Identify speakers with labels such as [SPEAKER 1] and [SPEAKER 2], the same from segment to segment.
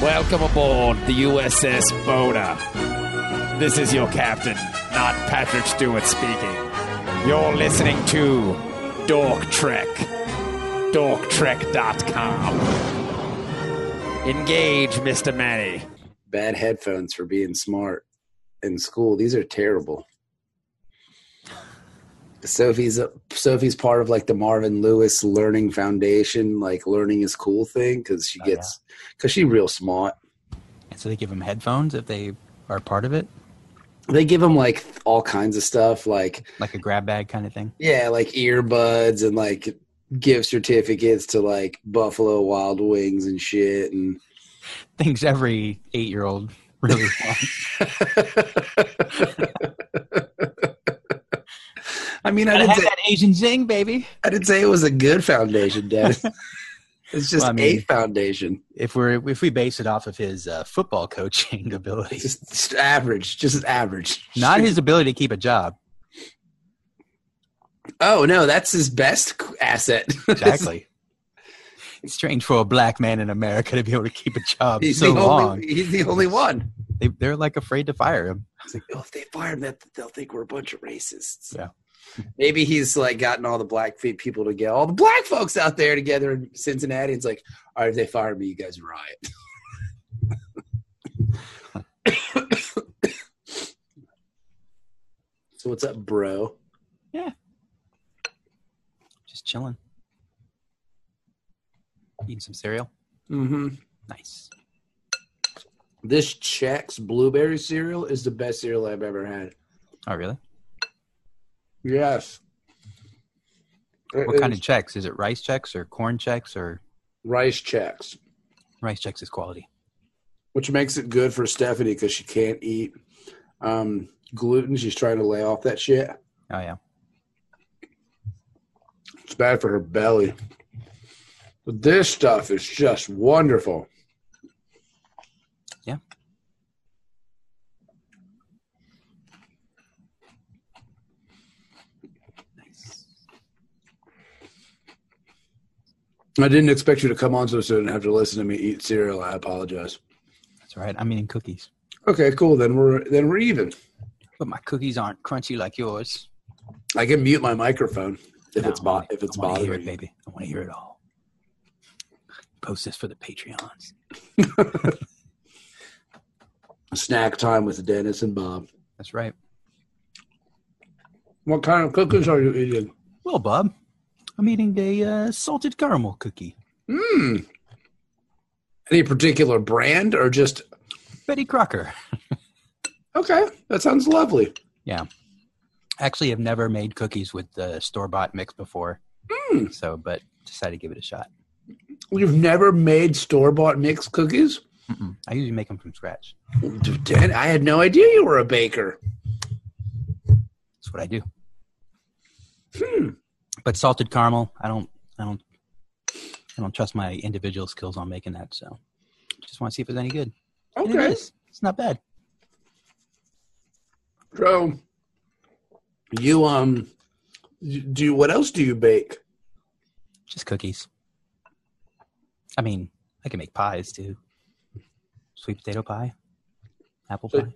[SPEAKER 1] Welcome aboard the USS Boda. This is your captain, not Patrick Stewart speaking. You're listening to Dork Trek. DorkTrek.com. Engage, Mr. Manny.
[SPEAKER 2] Bad headphones for being smart in school. These are terrible. Sophie's Sophie's part of like the Marvin Lewis Learning Foundation, like learning is cool thing because she gets because she real smart.
[SPEAKER 3] And so they give them headphones if they are part of it,
[SPEAKER 2] They give them like all kinds of stuff, like
[SPEAKER 3] like a grab bag kind of thing.
[SPEAKER 2] yeah, like earbuds and like gift certificates to like Buffalo Wild Wings and shit and
[SPEAKER 3] Things every eight year old really wants.
[SPEAKER 2] I mean, I
[SPEAKER 3] Gotta
[SPEAKER 2] didn't
[SPEAKER 3] have
[SPEAKER 2] say,
[SPEAKER 3] that Asian zing, baby.
[SPEAKER 2] I didn't say it was a good foundation, Dennis. it's just
[SPEAKER 3] Well, I mean-
[SPEAKER 2] a foundation.
[SPEAKER 3] If we're if we base it off of his uh, football coaching ability,
[SPEAKER 2] Just, just average, just average.
[SPEAKER 3] not his ability to keep a job,
[SPEAKER 2] Oh no, that's his best asset.
[SPEAKER 3] exactly. it's strange for a black man in America to be able to keep a job
[SPEAKER 2] he's
[SPEAKER 3] so
[SPEAKER 2] the
[SPEAKER 3] long.
[SPEAKER 2] only. He's the only one.
[SPEAKER 3] They, they're like afraid to fire him.
[SPEAKER 2] It's like, oh, if they fire him, that they'll think we're a bunch of racists.
[SPEAKER 3] Yeah.
[SPEAKER 2] Maybe he's like gotten all the black fe- people to get all the black folks out there together in Cincinnati. It's like, all right, if they fire me, you guys riot. so what's up, bro?
[SPEAKER 3] Just chilling, eating some cereal.
[SPEAKER 2] Mm-hmm.
[SPEAKER 3] Nice.
[SPEAKER 2] This Chex blueberry cereal is the best cereal I've ever had.
[SPEAKER 3] Oh, really?
[SPEAKER 2] Yes.
[SPEAKER 3] What kind of checks? Is it rice checks or corn checks or
[SPEAKER 2] rice Chex?
[SPEAKER 3] rice checks is quality?
[SPEAKER 2] which makes it good for Stephanie because she can't eat um, gluten. She's trying to lay off that shit.
[SPEAKER 3] Oh yeah.
[SPEAKER 2] It's bad for her belly. But this stuff is just wonderful.
[SPEAKER 3] Yeah.
[SPEAKER 2] I didn't expect you to come on so soon and have to listen to me eat cereal. I apologize.
[SPEAKER 3] That's right. I'm eating cookies,
[SPEAKER 2] Okay, cool. Then we're then we're even.
[SPEAKER 3] but my cookies aren't crunchy like yours.
[SPEAKER 2] I can mute my microphone if
[SPEAKER 3] No,
[SPEAKER 2] it's bo-
[SPEAKER 3] I-
[SPEAKER 2] if it's
[SPEAKER 3] I wanna hear
[SPEAKER 2] bothering
[SPEAKER 3] it,
[SPEAKER 2] you.
[SPEAKER 3] baby. I want to hear it all. Post this for the Patreons.
[SPEAKER 2] Snack time with Dennis and Bob.
[SPEAKER 3] That's right.
[SPEAKER 2] What kind of cookies are you eating?
[SPEAKER 3] Well, Bob, I'm eating a uh, salted caramel cookie,
[SPEAKER 2] Hmm. Any particular brand or just
[SPEAKER 3] Betty Crocker.
[SPEAKER 2] okay? That sounds lovely.
[SPEAKER 3] Actually, I've never made cookies with the store bought mix before,
[SPEAKER 2] Hmm.
[SPEAKER 3] so but decided to give it a shot.
[SPEAKER 2] You've never made store bought mixed cookies?
[SPEAKER 3] Mm-mm. I usually make them from scratch.
[SPEAKER 2] Dan, I had no idea you were a baker.
[SPEAKER 3] That's what I do.
[SPEAKER 2] Hmm.
[SPEAKER 3] But salted caramel, I don't, I don't, I don't trust my individual skills on making that. So, just want to see if it's any good. And it
[SPEAKER 2] Okay.
[SPEAKER 3] is. It's not bad.
[SPEAKER 2] So you um you- do what else do you bake?
[SPEAKER 3] Just cookies. I mean, I can make pies too. Sweet potato pie, apple
[SPEAKER 2] So-
[SPEAKER 3] pie.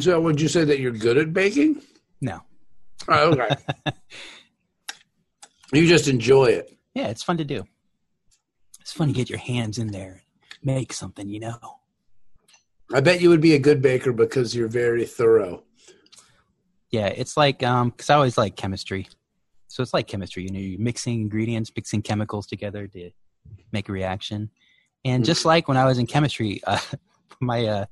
[SPEAKER 2] So would you say that you're good at baking?
[SPEAKER 3] No,
[SPEAKER 2] Oh, okay. you just enjoy it.
[SPEAKER 3] yeah, it's fun to do. It's fun to get your hands in there, make something. You know,
[SPEAKER 2] I bet you would be a good baker because you're very thorough.
[SPEAKER 3] yeah, it's like um, because I always like chemistry. So it's like chemistry. You know, you're mixing ingredients, mixing chemicals together to make a reaction. And just like when I was in chemistry, uh, my uh,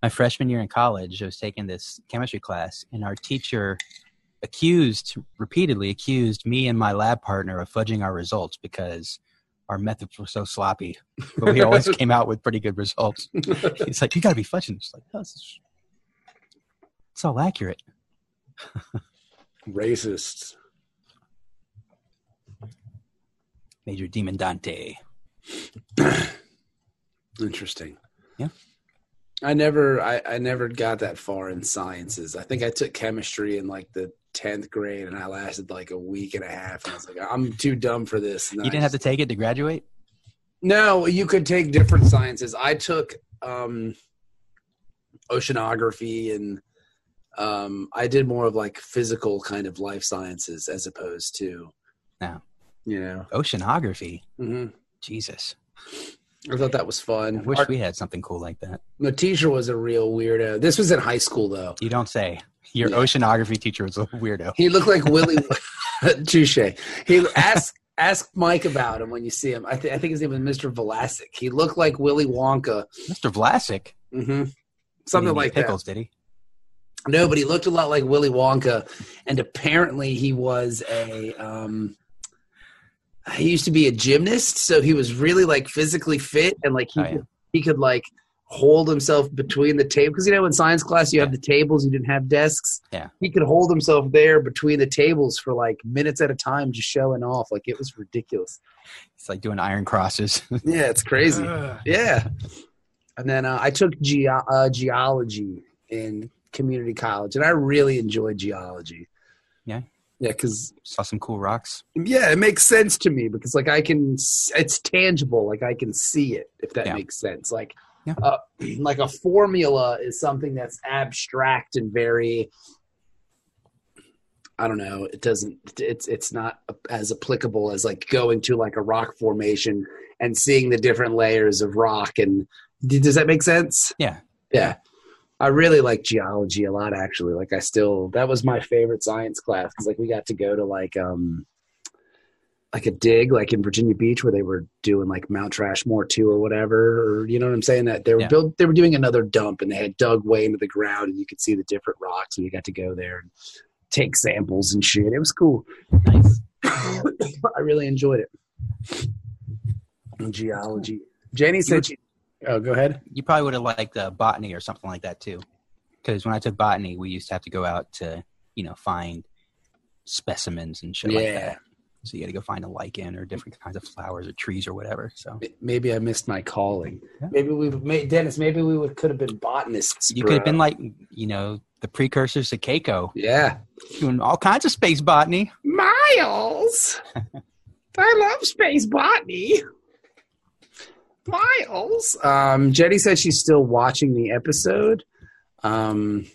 [SPEAKER 3] my freshman year in college, I was taking this chemistry class, and our teacher accused repeatedly accused me and my lab partner of fudging our results because our methods were so sloppy, but we always came out with pretty good results. He's like, "You got to be fudging." It's like, no, this is- it's all accurate.
[SPEAKER 2] Racists.
[SPEAKER 3] Major Demon Dante.
[SPEAKER 2] Interesting.
[SPEAKER 3] Yeah.
[SPEAKER 2] I never I, I never got that far in sciences. I think I took chemistry in like the tenth grade and I lasted like a week and a half and I was like, I'm too dumb for this.
[SPEAKER 3] You didn't have to take it to graduate?
[SPEAKER 2] No, you could take different sciences. I took um, oceanography and um, I did more of like physical kind of life sciences as opposed to,
[SPEAKER 3] Yeah.
[SPEAKER 2] you know.
[SPEAKER 3] Oceanography.
[SPEAKER 2] hmm
[SPEAKER 3] Jesus.
[SPEAKER 2] I thought that was
[SPEAKER 3] I
[SPEAKER 2] fun.
[SPEAKER 3] wish
[SPEAKER 2] Our-
[SPEAKER 3] we had something cool like that.
[SPEAKER 2] my teacher was a real weirdo. This was in high school though.
[SPEAKER 3] You don't say. Your
[SPEAKER 2] Yeah.
[SPEAKER 3] oceanography teacher was a weirdo.
[SPEAKER 2] He looked like Willie. Touche. He ask ask Mike about him when you see him. I, th- I think his name was Mr. Velasic. He looked like Willy Wonka.
[SPEAKER 3] Mr. Vlasic.
[SPEAKER 2] hmm
[SPEAKER 3] He
[SPEAKER 2] Something
[SPEAKER 3] didn't
[SPEAKER 2] like
[SPEAKER 3] eat pickles, did he?
[SPEAKER 2] that. No, but he looked a lot like Willy Wonka, and apparently he was a. Um, he used to be a gymnast, so he was really like physically fit, and like he
[SPEAKER 3] Oh, yeah.
[SPEAKER 2] could, he could like hold himself between the table because you know in science class you have the tables, you didn't have desks.
[SPEAKER 3] Yeah.
[SPEAKER 2] he could hold himself there between the tables for like minutes at a time, just showing off. Like it was ridiculous.
[SPEAKER 3] It's like doing iron crosses.
[SPEAKER 2] Yeah, it's crazy. Yeah. And then uh, I took ge- uh, geology in community college, and I really enjoyed geology.
[SPEAKER 3] Yeah.
[SPEAKER 2] Yeah, because
[SPEAKER 3] Saw some cool rocks.
[SPEAKER 2] yeah, it makes sense to me because like I can, s- it's tangible. Like I can see it if that
[SPEAKER 3] Yeah.
[SPEAKER 2] makes sense. Like,
[SPEAKER 3] Yeah.
[SPEAKER 2] uh, like a formula is something that's abstract and very. I don't know. It doesn't. It's it's not as applicable as like going to like a rock formation and seeing the different layers of rock. And d- does that make sense?
[SPEAKER 3] Yeah.
[SPEAKER 2] Yeah. I really like geology a lot actually. Like I still that was my favorite science class cuz like we got to go to like um like a dig like in Virginia Beach where they were doing like Mount Trashmore 2 or whatever or you know what I'm saying that they were
[SPEAKER 3] Yeah.
[SPEAKER 2] built they were doing another dump and they had dug way into the ground and you could see the different rocks and you got to go there and take samples and shit. It was cool.
[SPEAKER 3] Nice.
[SPEAKER 2] I really enjoyed it. Geology. Jenny said she Oh, go ahead.
[SPEAKER 3] You probably would have liked uh, botany or something like that too. Because when I took botany, we used to have to go out to, you know, find specimens and shit like
[SPEAKER 2] Yeah.
[SPEAKER 3] that. So you got to go find a lichen or different kinds of flowers or trees or whatever. So
[SPEAKER 2] maybe I missed my calling.
[SPEAKER 3] Yeah.
[SPEAKER 2] Maybe we, may, Dennis. Maybe we would could have been botanists.
[SPEAKER 3] you
[SPEAKER 2] bro.
[SPEAKER 3] could have been like, you know, the precursors to Keiko,
[SPEAKER 2] yeah,
[SPEAKER 3] doing all kinds of space botany.
[SPEAKER 2] Miles. I love space botany. Miles. Um, Jenny said she's still watching the episode. Um,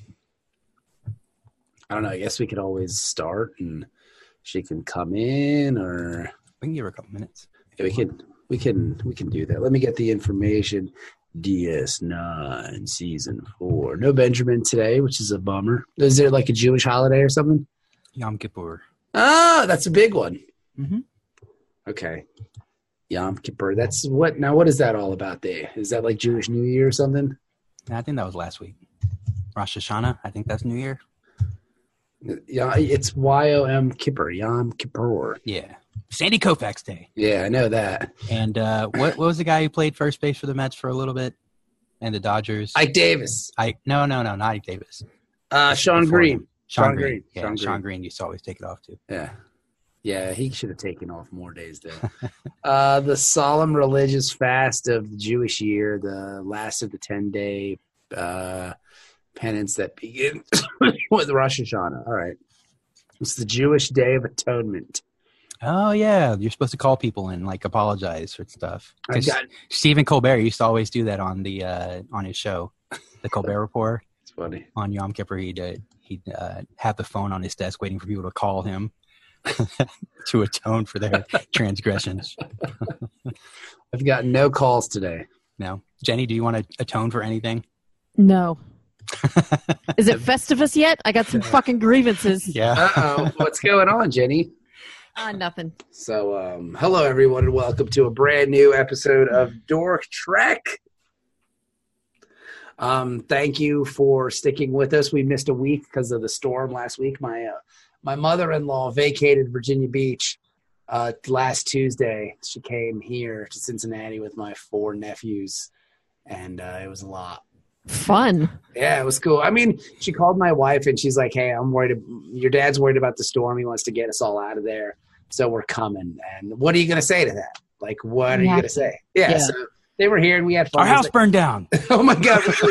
[SPEAKER 2] I don't know. I guess we could always start, and she can come in, or
[SPEAKER 3] We can give her a couple minutes.
[SPEAKER 2] we can we can we can do that. Let me get the information. DS9 season four. No Benjamin today, which is a bummer. Is there like a Jewish holiday or something?
[SPEAKER 3] Yom Kippur.
[SPEAKER 2] Oh, that's a big one.
[SPEAKER 3] Mhm.
[SPEAKER 2] Okay. Yom Kippur. That's what now what is that all about there? Is that like Jewish New Year or something?
[SPEAKER 3] And I think that was last week. Rosh Hashanah. I think that's New Year.
[SPEAKER 2] Yeah, it's Y O M Kippur, Yom Kippur.
[SPEAKER 3] Yeah. Sandy Koufax Day.
[SPEAKER 2] Yeah, I know that.
[SPEAKER 3] And uh, what what was the guy who played first base for the Mets for a little bit? And the Dodgers.
[SPEAKER 2] Ike Davis.
[SPEAKER 3] I no no no not Ike Davis.
[SPEAKER 2] Uh Sean
[SPEAKER 3] Before
[SPEAKER 2] Green.
[SPEAKER 3] him. Sean,
[SPEAKER 2] Sean
[SPEAKER 3] Green.
[SPEAKER 2] Green.
[SPEAKER 3] Yeah,
[SPEAKER 2] Sean
[SPEAKER 3] Sean
[SPEAKER 2] Green.
[SPEAKER 3] Green. used to always take it off too.
[SPEAKER 2] Yeah. Yeah, he should have taken off more days there. uh, the solemn religious fast of the Jewish year, the last of the 10 day uh, penance that begins with Rosh Hashanah. All right. It's the Jewish Day of Atonement.
[SPEAKER 3] Oh yeah, you're supposed to call people and like apologize for stuff.
[SPEAKER 2] I
[SPEAKER 3] 'Cause
[SPEAKER 2] got
[SPEAKER 3] Stephen Colbert used to always do that on the uh, on his show, the Colbert Report.
[SPEAKER 2] It's funny.
[SPEAKER 3] on Yom Kippur, he'd, uh, he'd uh, have the phone on his desk waiting for people to call him to atone for their transgressions.
[SPEAKER 2] I've got no calls today.
[SPEAKER 3] No. Jenny, do you want to atone for anything?
[SPEAKER 4] No. Is it Festivus yet? I got some fucking grievances.
[SPEAKER 3] Yeah.
[SPEAKER 2] Uh oh. What's going on, Jenny?
[SPEAKER 4] Ah, nothing.
[SPEAKER 2] So, um, hello everyone, and welcome to a brand new episode of Dork Trek. Um, thank you for sticking with us. We missed a week because of the storm last week. My uh, my mother-in-law vacated Virginia Beach uh, last Tuesday. She came here to Cincinnati with my four nephews, and uh, it was a lot.
[SPEAKER 4] Fun.
[SPEAKER 2] Yeah, it was cool. I mean, she called my wife and she's like, "Hey, I'm worried. Your dad's worried about the storm. He wants to get us all out of there, so we're coming." And what are you going to say to that? Like, what are you
[SPEAKER 4] Yeah.
[SPEAKER 2] going to say? Yeah.
[SPEAKER 4] Yeah.
[SPEAKER 2] So they were here and we had fun.
[SPEAKER 3] Our house burned down.
[SPEAKER 2] oh my god,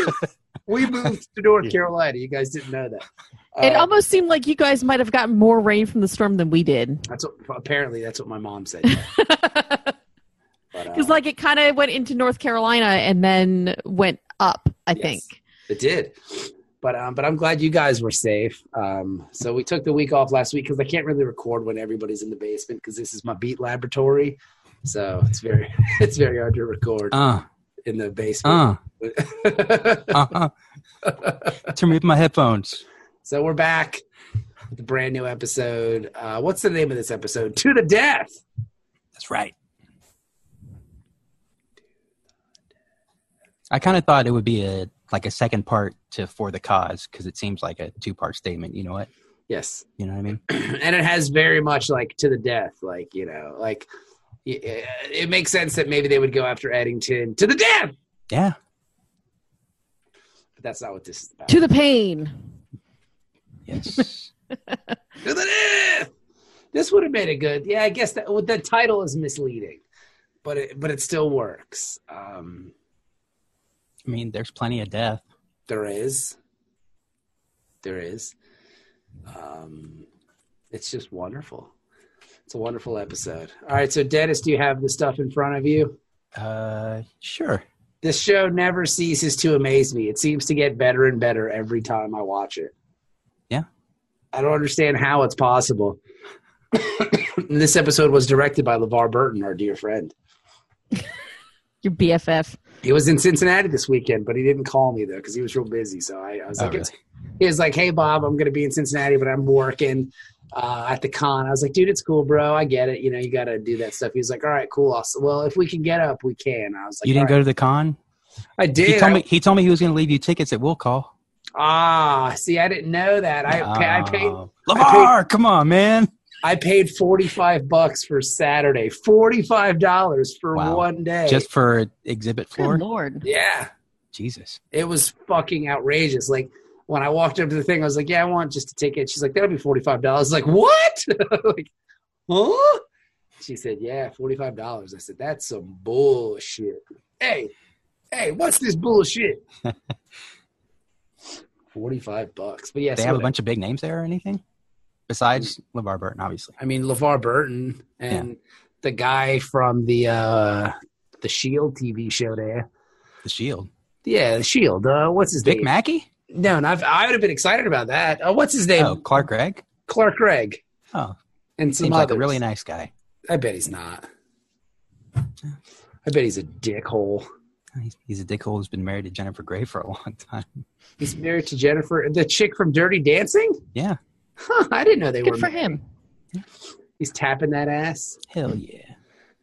[SPEAKER 2] we, we moved to North
[SPEAKER 3] Yeah.
[SPEAKER 2] Carolina. You guys didn't know that.
[SPEAKER 4] it
[SPEAKER 2] Uh,
[SPEAKER 4] almost seemed like you guys might have gotten more rain from the storm than we did.
[SPEAKER 2] that's what, apparently that's what my mom said. But, uh,
[SPEAKER 4] Because like it kind of went into North Carolina and then went up. I
[SPEAKER 2] Yes.
[SPEAKER 4] think.
[SPEAKER 2] It did. But um, but I'm glad you guys were safe. Um, so we took the week off last week because I can't really record when everybody's in the basement because this is my beat laboratory. So it's very it's very hard to record
[SPEAKER 3] Uh,
[SPEAKER 2] in the basement.
[SPEAKER 3] uh, uh, uh. Turn me up my headphones.
[SPEAKER 2] so we're back with a brand new episode. Uh, what's the name of this episode? To the death.
[SPEAKER 3] That's right. I kind of thought it would be a like a second part to for the cause because it seems like a two part statement. You know what?
[SPEAKER 2] Yes,
[SPEAKER 3] You know what I mean?
[SPEAKER 2] and it has very much like to the death. Like you know, like y- uh, it makes sense that maybe they would go after Eddington to the death.
[SPEAKER 3] Yeah.
[SPEAKER 2] But that's not what this is about.
[SPEAKER 4] To the pain.
[SPEAKER 3] Yes.
[SPEAKER 2] To the death. This would have made a good. Yeah, I guess that well, the title is misleading, but it but it still works. Um,
[SPEAKER 3] I mean, there's plenty of death.
[SPEAKER 2] there is, there is. Um, it's just wonderful. It's a wonderful episode. All right, so Dennis, do you have the stuff in front of you?
[SPEAKER 3] Uh, sure.
[SPEAKER 2] This show never ceases to amaze me. It seems to get better and better every time I watch it.
[SPEAKER 3] Yeah.
[SPEAKER 2] I don't understand how it's possible. And this episode was directed by LeVar Burton, our dear friend.
[SPEAKER 4] Your BFF.
[SPEAKER 2] He was in Cincinnati this weekend, but he didn't call me though because he was real busy. So I, I was
[SPEAKER 3] Oh,
[SPEAKER 2] like, it's, he was like, "Hey Bob, I'm going to be in Cincinnati, but I'm working uh, at the con." I was like, "Dude, it's cool, bro. I get it. You know, you got to do that stuff." He was like, "All right, cool. I'll, well, if we can get up, we can." I was like,
[SPEAKER 3] you didn't
[SPEAKER 2] "All
[SPEAKER 3] go to the con.
[SPEAKER 2] right." I did.
[SPEAKER 3] he told
[SPEAKER 2] I-
[SPEAKER 3] me he told me he was going to leave you tickets at will call.
[SPEAKER 2] Ah, see, I didn't know that. I I paid
[SPEAKER 3] Oh. Lavar, come on, man.
[SPEAKER 2] I paid forty five bucks for Saturday. Forty five dollars for
[SPEAKER 3] Wow.
[SPEAKER 2] one day.
[SPEAKER 3] Just for exhibit floor.
[SPEAKER 4] Good lord.
[SPEAKER 2] yeah,
[SPEAKER 3] Jesus.
[SPEAKER 2] it was fucking outrageous. Like when I walked up to the thing, I was like, "Yeah, I want just a ticket." She's like, "That'll be forty five dollars." Like what? like, huh? She said, "Yeah, forty five dollars." I said, "That's some bullshit." Hey, hey, what's this bullshit? forty five bucks. But yeah,
[SPEAKER 3] They
[SPEAKER 2] so
[SPEAKER 3] have a
[SPEAKER 2] whatever.
[SPEAKER 3] bunch of big names there or anything? Besides
[SPEAKER 2] Mm.
[SPEAKER 3] LeVar Burton, obviously.
[SPEAKER 2] I mean, LeVar Burton and the guy from the uh the Shield TV show there.
[SPEAKER 3] The Shield.
[SPEAKER 2] Yeah, the Shield. Uh, what's his
[SPEAKER 3] Vic
[SPEAKER 2] name?
[SPEAKER 3] Mackey?
[SPEAKER 2] no, not, I would have been excited about that. Uh, what's his name?
[SPEAKER 3] Oh, Clark Gregg?
[SPEAKER 2] Clark Gregg
[SPEAKER 3] Oh,
[SPEAKER 2] and some
[SPEAKER 3] seems like
[SPEAKER 2] others.
[SPEAKER 3] a really nice guy.
[SPEAKER 2] I bet he's not. I bet he's a dickhole.
[SPEAKER 3] He's, he's a dickhole who's been married to Jennifer Grey for a long time.
[SPEAKER 2] He's married to Jennifer, the chick from Dirty Dancing.
[SPEAKER 3] Yeah.
[SPEAKER 2] Huh, I didn't know they were.
[SPEAKER 4] Good for
[SPEAKER 2] married.
[SPEAKER 4] him.
[SPEAKER 2] He's tapping that ass.
[SPEAKER 3] Hell yeah.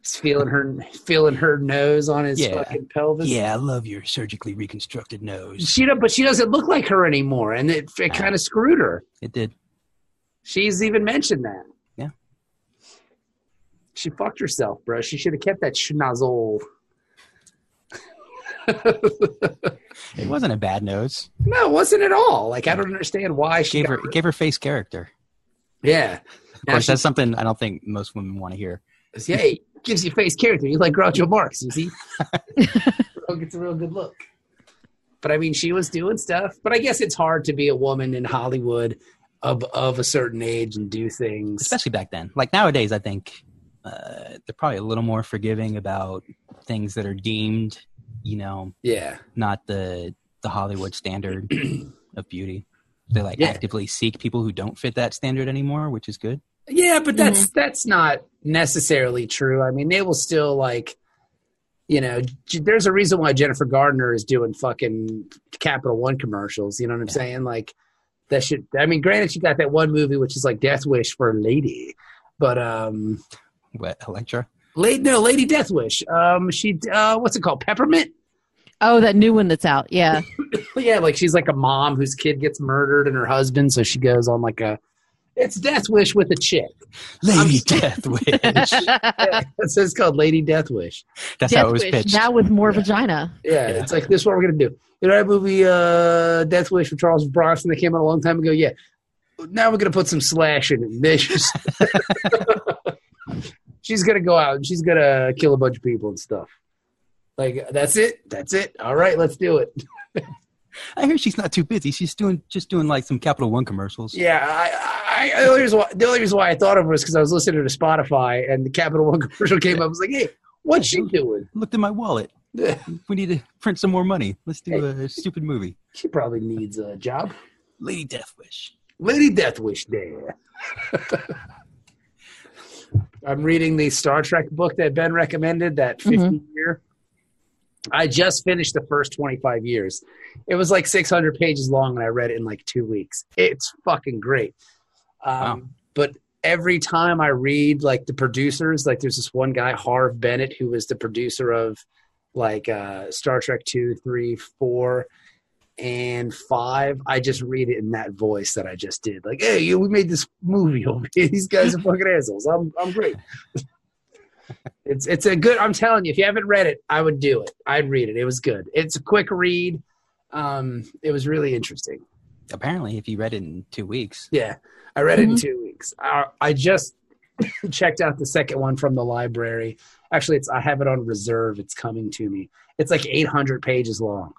[SPEAKER 2] He's feeling her, feeling her nose on his
[SPEAKER 3] Yeah.
[SPEAKER 2] fucking pelvis.
[SPEAKER 3] Yeah, I love your surgically reconstructed nose.
[SPEAKER 2] She don't, but she doesn't look like her anymore, and it, it
[SPEAKER 3] Nah.
[SPEAKER 2] kind of screwed her.
[SPEAKER 3] It did.
[SPEAKER 2] She's even mentioned that.
[SPEAKER 3] Yeah.
[SPEAKER 2] She fucked herself, bro. She should have kept that schnozzle.
[SPEAKER 3] It wasn't a bad nose.
[SPEAKER 2] No, it wasn't at all. Like I don't understand why she
[SPEAKER 3] Gave her
[SPEAKER 2] got-
[SPEAKER 3] gave her face character.
[SPEAKER 2] Yeah.
[SPEAKER 3] Of
[SPEAKER 2] Now
[SPEAKER 3] course,
[SPEAKER 2] she-
[SPEAKER 3] that's something I don't think most women want to hear.
[SPEAKER 2] yeah, it gives you face character. You like Groucho Marx, you see? it's a real good look. But I mean, she was doing stuff. But I guess it's hard to be a woman in Hollywood of of a certain age and do things.
[SPEAKER 3] especially back then. Like nowadays, I think uh, they're probably a little more forgiving about things that are deemed, you know,
[SPEAKER 2] yeah.
[SPEAKER 3] not the the Hollywood standard of beauty. They like
[SPEAKER 2] Yeah.
[SPEAKER 3] actively seek people who don't fit that standard anymore, which is good.
[SPEAKER 2] Yeah, but that's that's not necessarily true. I mean, they will still like, you know, j- there's a reason why Jennifer Gardner is doing fucking Capital One commercials. You know what I'm
[SPEAKER 3] Yeah.
[SPEAKER 2] saying? Like that should. I mean, granted, she got that one movie which is like Death Wish for a lady, but um,
[SPEAKER 3] What Electra?
[SPEAKER 2] late no, Lady Death Wish. Um, she uh, what's it called? Peppermint.
[SPEAKER 4] Oh, that new one that's out. Yeah.
[SPEAKER 2] Yeah, like she's like a mom whose kid gets murdered and her husband, so she goes on like a. It's Death Wish with a chick.
[SPEAKER 3] Lady Death Wish.
[SPEAKER 4] Death
[SPEAKER 2] so it's called Lady Death Wish.
[SPEAKER 3] That's how it was
[SPEAKER 4] Wish,
[SPEAKER 3] pitched.
[SPEAKER 4] Now with more vagina.
[SPEAKER 2] Yeah,
[SPEAKER 3] Yeah.
[SPEAKER 2] it's like this is what we're gonna do. You know that movie uh, Death Wish with Charles Bronson that came out a long time ago? Yeah. Now we're gonna put some slash in it. And then she's- she's gonna go out and she's gonna kill a bunch of people and stuff. Like that's it. That's it. All right, let's do it.
[SPEAKER 3] I hear she's not too busy. She's doing just doing like some Capital One commercials.
[SPEAKER 2] Yeah, I, I, I the, only reason why, the only reason why I thought of it was because I was listening to Spotify and the Capital One commercial came up. I was like, hey, What's she doing?
[SPEAKER 3] Looked in my wallet. we need to print some more money. Let's do a stupid movie.
[SPEAKER 2] She probably needs a job.
[SPEAKER 3] Lady Deathwish.
[SPEAKER 2] Lady Deathwish there. I'm reading the Star Trek book that Ben recommended, that 50 year. I just finished the first 25 years. It was like 600 pages long, and I read it in like two weeks. It's fucking great. Um,
[SPEAKER 3] Wow.
[SPEAKER 2] But every time I read, like, the producers, like, there's this one guy, Harv Bennett, who was the producer of, like, uh, Star Trek 2, 3, 4, and 5. I just read it in that voice that I just did. Like, hey, you- we made this movie over here. These guys are fucking assholes. I'm, I'm great. It's it's a good. I'm telling you, if you haven't read it, I would do it. I'd read it. It was good. It's a quick read. Um, it was really interesting.
[SPEAKER 3] Apparently, if you read it in two weeks,
[SPEAKER 2] Yeah, I read it in two weeks. I, I just checked out the second one from the library. Actually, it's I have it on reserve. It's coming to me. It's like 800 pages long.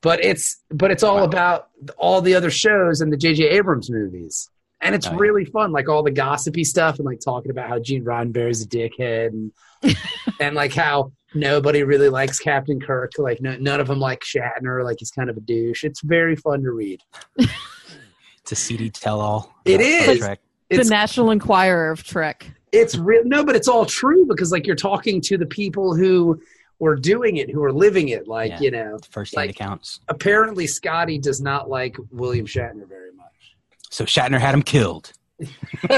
[SPEAKER 2] But it's but it's all
[SPEAKER 3] Wow.
[SPEAKER 2] about all the other shows and the J.J. Abrams movies, and it's
[SPEAKER 3] Oh, yeah.
[SPEAKER 2] really fun. Like all the gossipy stuff and like talking about how Gene Roddenberry's a dickhead and and like how nobody really likes Captain Kirk. Like no, none of them like Shatner. Like he's kind of a douche. It's very fun to read.
[SPEAKER 3] it's a seedy tell-all. uh,
[SPEAKER 2] It
[SPEAKER 3] about Star
[SPEAKER 2] is.
[SPEAKER 3] Trek.
[SPEAKER 2] It's
[SPEAKER 4] the National Enquirer of Trek.
[SPEAKER 2] it's real no but it's all true because like you're talking to the people who were doing it who were living it like
[SPEAKER 3] Yeah.
[SPEAKER 2] you know
[SPEAKER 3] First hand
[SPEAKER 2] Like-
[SPEAKER 3] accounts.
[SPEAKER 2] apparently scotty does not like william shatner very much
[SPEAKER 3] So Shatner had him killed.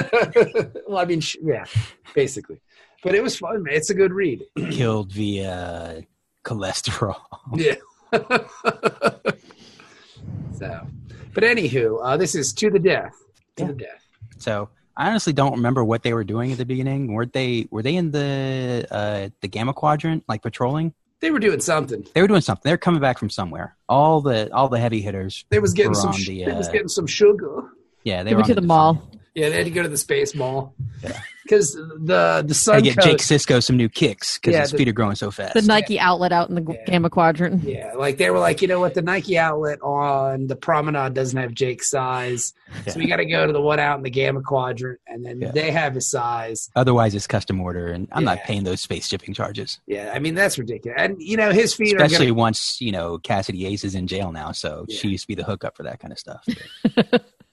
[SPEAKER 2] well i mean sh- yeah basically but it was fun man it's a good read
[SPEAKER 3] killed via uh, cholesterol.
[SPEAKER 2] yeah so but anywho uh, this is to the death to the death
[SPEAKER 3] So I honestly don't remember what they were doing at the beginning. Weren't they were they in the uh, the gamma quadrant, like patrolling?
[SPEAKER 2] they were doing something
[SPEAKER 3] They were doing something. They're coming back from somewhere. All the all the heavy hitters.
[SPEAKER 2] they was getting
[SPEAKER 3] We're
[SPEAKER 2] some
[SPEAKER 3] on
[SPEAKER 2] sh-
[SPEAKER 3] the,
[SPEAKER 2] they was
[SPEAKER 3] uh,
[SPEAKER 2] getting some sugar
[SPEAKER 3] Yeah, they
[SPEAKER 4] Give
[SPEAKER 3] were
[SPEAKER 4] it to
[SPEAKER 3] on
[SPEAKER 4] the mall.
[SPEAKER 2] yeah they had to go to the space mall
[SPEAKER 3] Yeah.
[SPEAKER 2] because the the
[SPEAKER 3] I
[SPEAKER 2] sun
[SPEAKER 3] get
[SPEAKER 2] coast-
[SPEAKER 3] Jake Cisco some new kicks because
[SPEAKER 2] Yeah,
[SPEAKER 3] his
[SPEAKER 2] the-
[SPEAKER 3] feet are growing so fast.
[SPEAKER 4] The Nike outlet out in the
[SPEAKER 2] Yeah.
[SPEAKER 4] Gamma Quadrant.
[SPEAKER 2] Yeah, like they were like, you know what, the Nike outlet on the promenade doesn't have Jake's size. So we gotta go to the one out in the gamma quadrant and then
[SPEAKER 3] Yeah.
[SPEAKER 2] they have his size.
[SPEAKER 3] Otherwise, it's custom order, and I'm not
[SPEAKER 2] Yeah.
[SPEAKER 3] paying those space shipping charges.
[SPEAKER 2] Yeah, I mean that's ridiculous. And you know, his feet are
[SPEAKER 3] Especially
[SPEAKER 2] gonna,
[SPEAKER 3] once you know Cassidy Ace is in jail now, so
[SPEAKER 2] Yeah.
[SPEAKER 3] she used to be the hookup for that kind of stuff.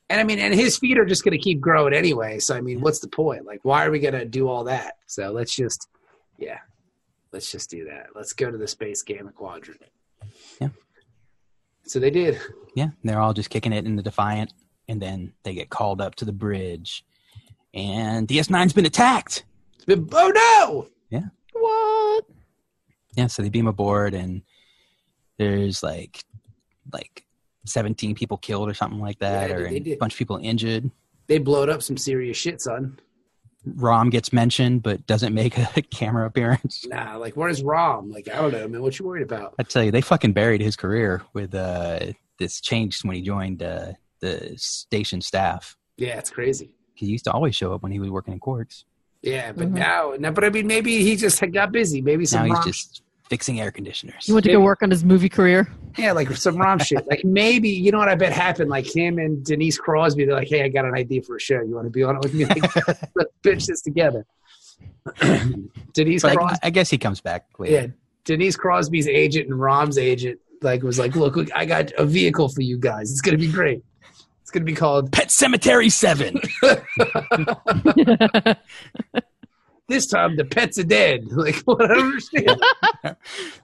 [SPEAKER 2] and I mean and his feet are just gonna keep growing anyway. So I mean, what's the point? Like why are we gonna do all that? So let's just yeah. Let's just do that. Let's go to the space gamma quadrant.
[SPEAKER 3] Yeah.
[SPEAKER 2] So they did.
[SPEAKER 3] Yeah, and they're all just kicking it in the Defiant, and then they get called up to the bridge, and DS9's been attacked.
[SPEAKER 2] Oh no!
[SPEAKER 4] What?
[SPEAKER 3] Yeah, so they beam aboard, and there's like, like seventeen people killed or something like that,
[SPEAKER 2] Yeah,
[SPEAKER 3] or
[SPEAKER 2] they
[SPEAKER 3] a
[SPEAKER 2] did.
[SPEAKER 3] bunch of people injured.
[SPEAKER 2] They blowed up some serious shit, son.
[SPEAKER 3] Rom gets mentioned, but doesn't make a camera appearance.
[SPEAKER 2] Nah, like where's Rom? Like I don't know, man. What you worried about?
[SPEAKER 3] I tell you, they fucking buried his career with uh, this change when he joined uh, the station staff.
[SPEAKER 2] Yeah, it's crazy.
[SPEAKER 3] He used to always show up when he was working in Quarks.
[SPEAKER 2] Yeah, but
[SPEAKER 4] Mhm.
[SPEAKER 2] now, now, but I mean, maybe he just had got busy. Maybe
[SPEAKER 3] Mm-hmm. Now
[SPEAKER 2] some
[SPEAKER 3] he's
[SPEAKER 2] rom,
[SPEAKER 3] just fixing air conditioners.
[SPEAKER 4] You want to go work on his movie career?
[SPEAKER 2] yeah, like some rom shit. Like maybe you know what I bet happened. Like him and Denise Crosby, they're like, "Hey, I got an idea for a show. You want to be on it with me? Like, let's bitch this together." Denise
[SPEAKER 3] But
[SPEAKER 2] Crosby,
[SPEAKER 3] I, I guess he comes back later.
[SPEAKER 2] yeah, Denise Crosby's agent and Rom's agent, like was like, "Look, look, I got a vehicle for you guys. It's gonna be great. It's gonna be called
[SPEAKER 3] Pet Cemetery Seven.
[SPEAKER 2] this time the pets are dead." Like, what I don't understand.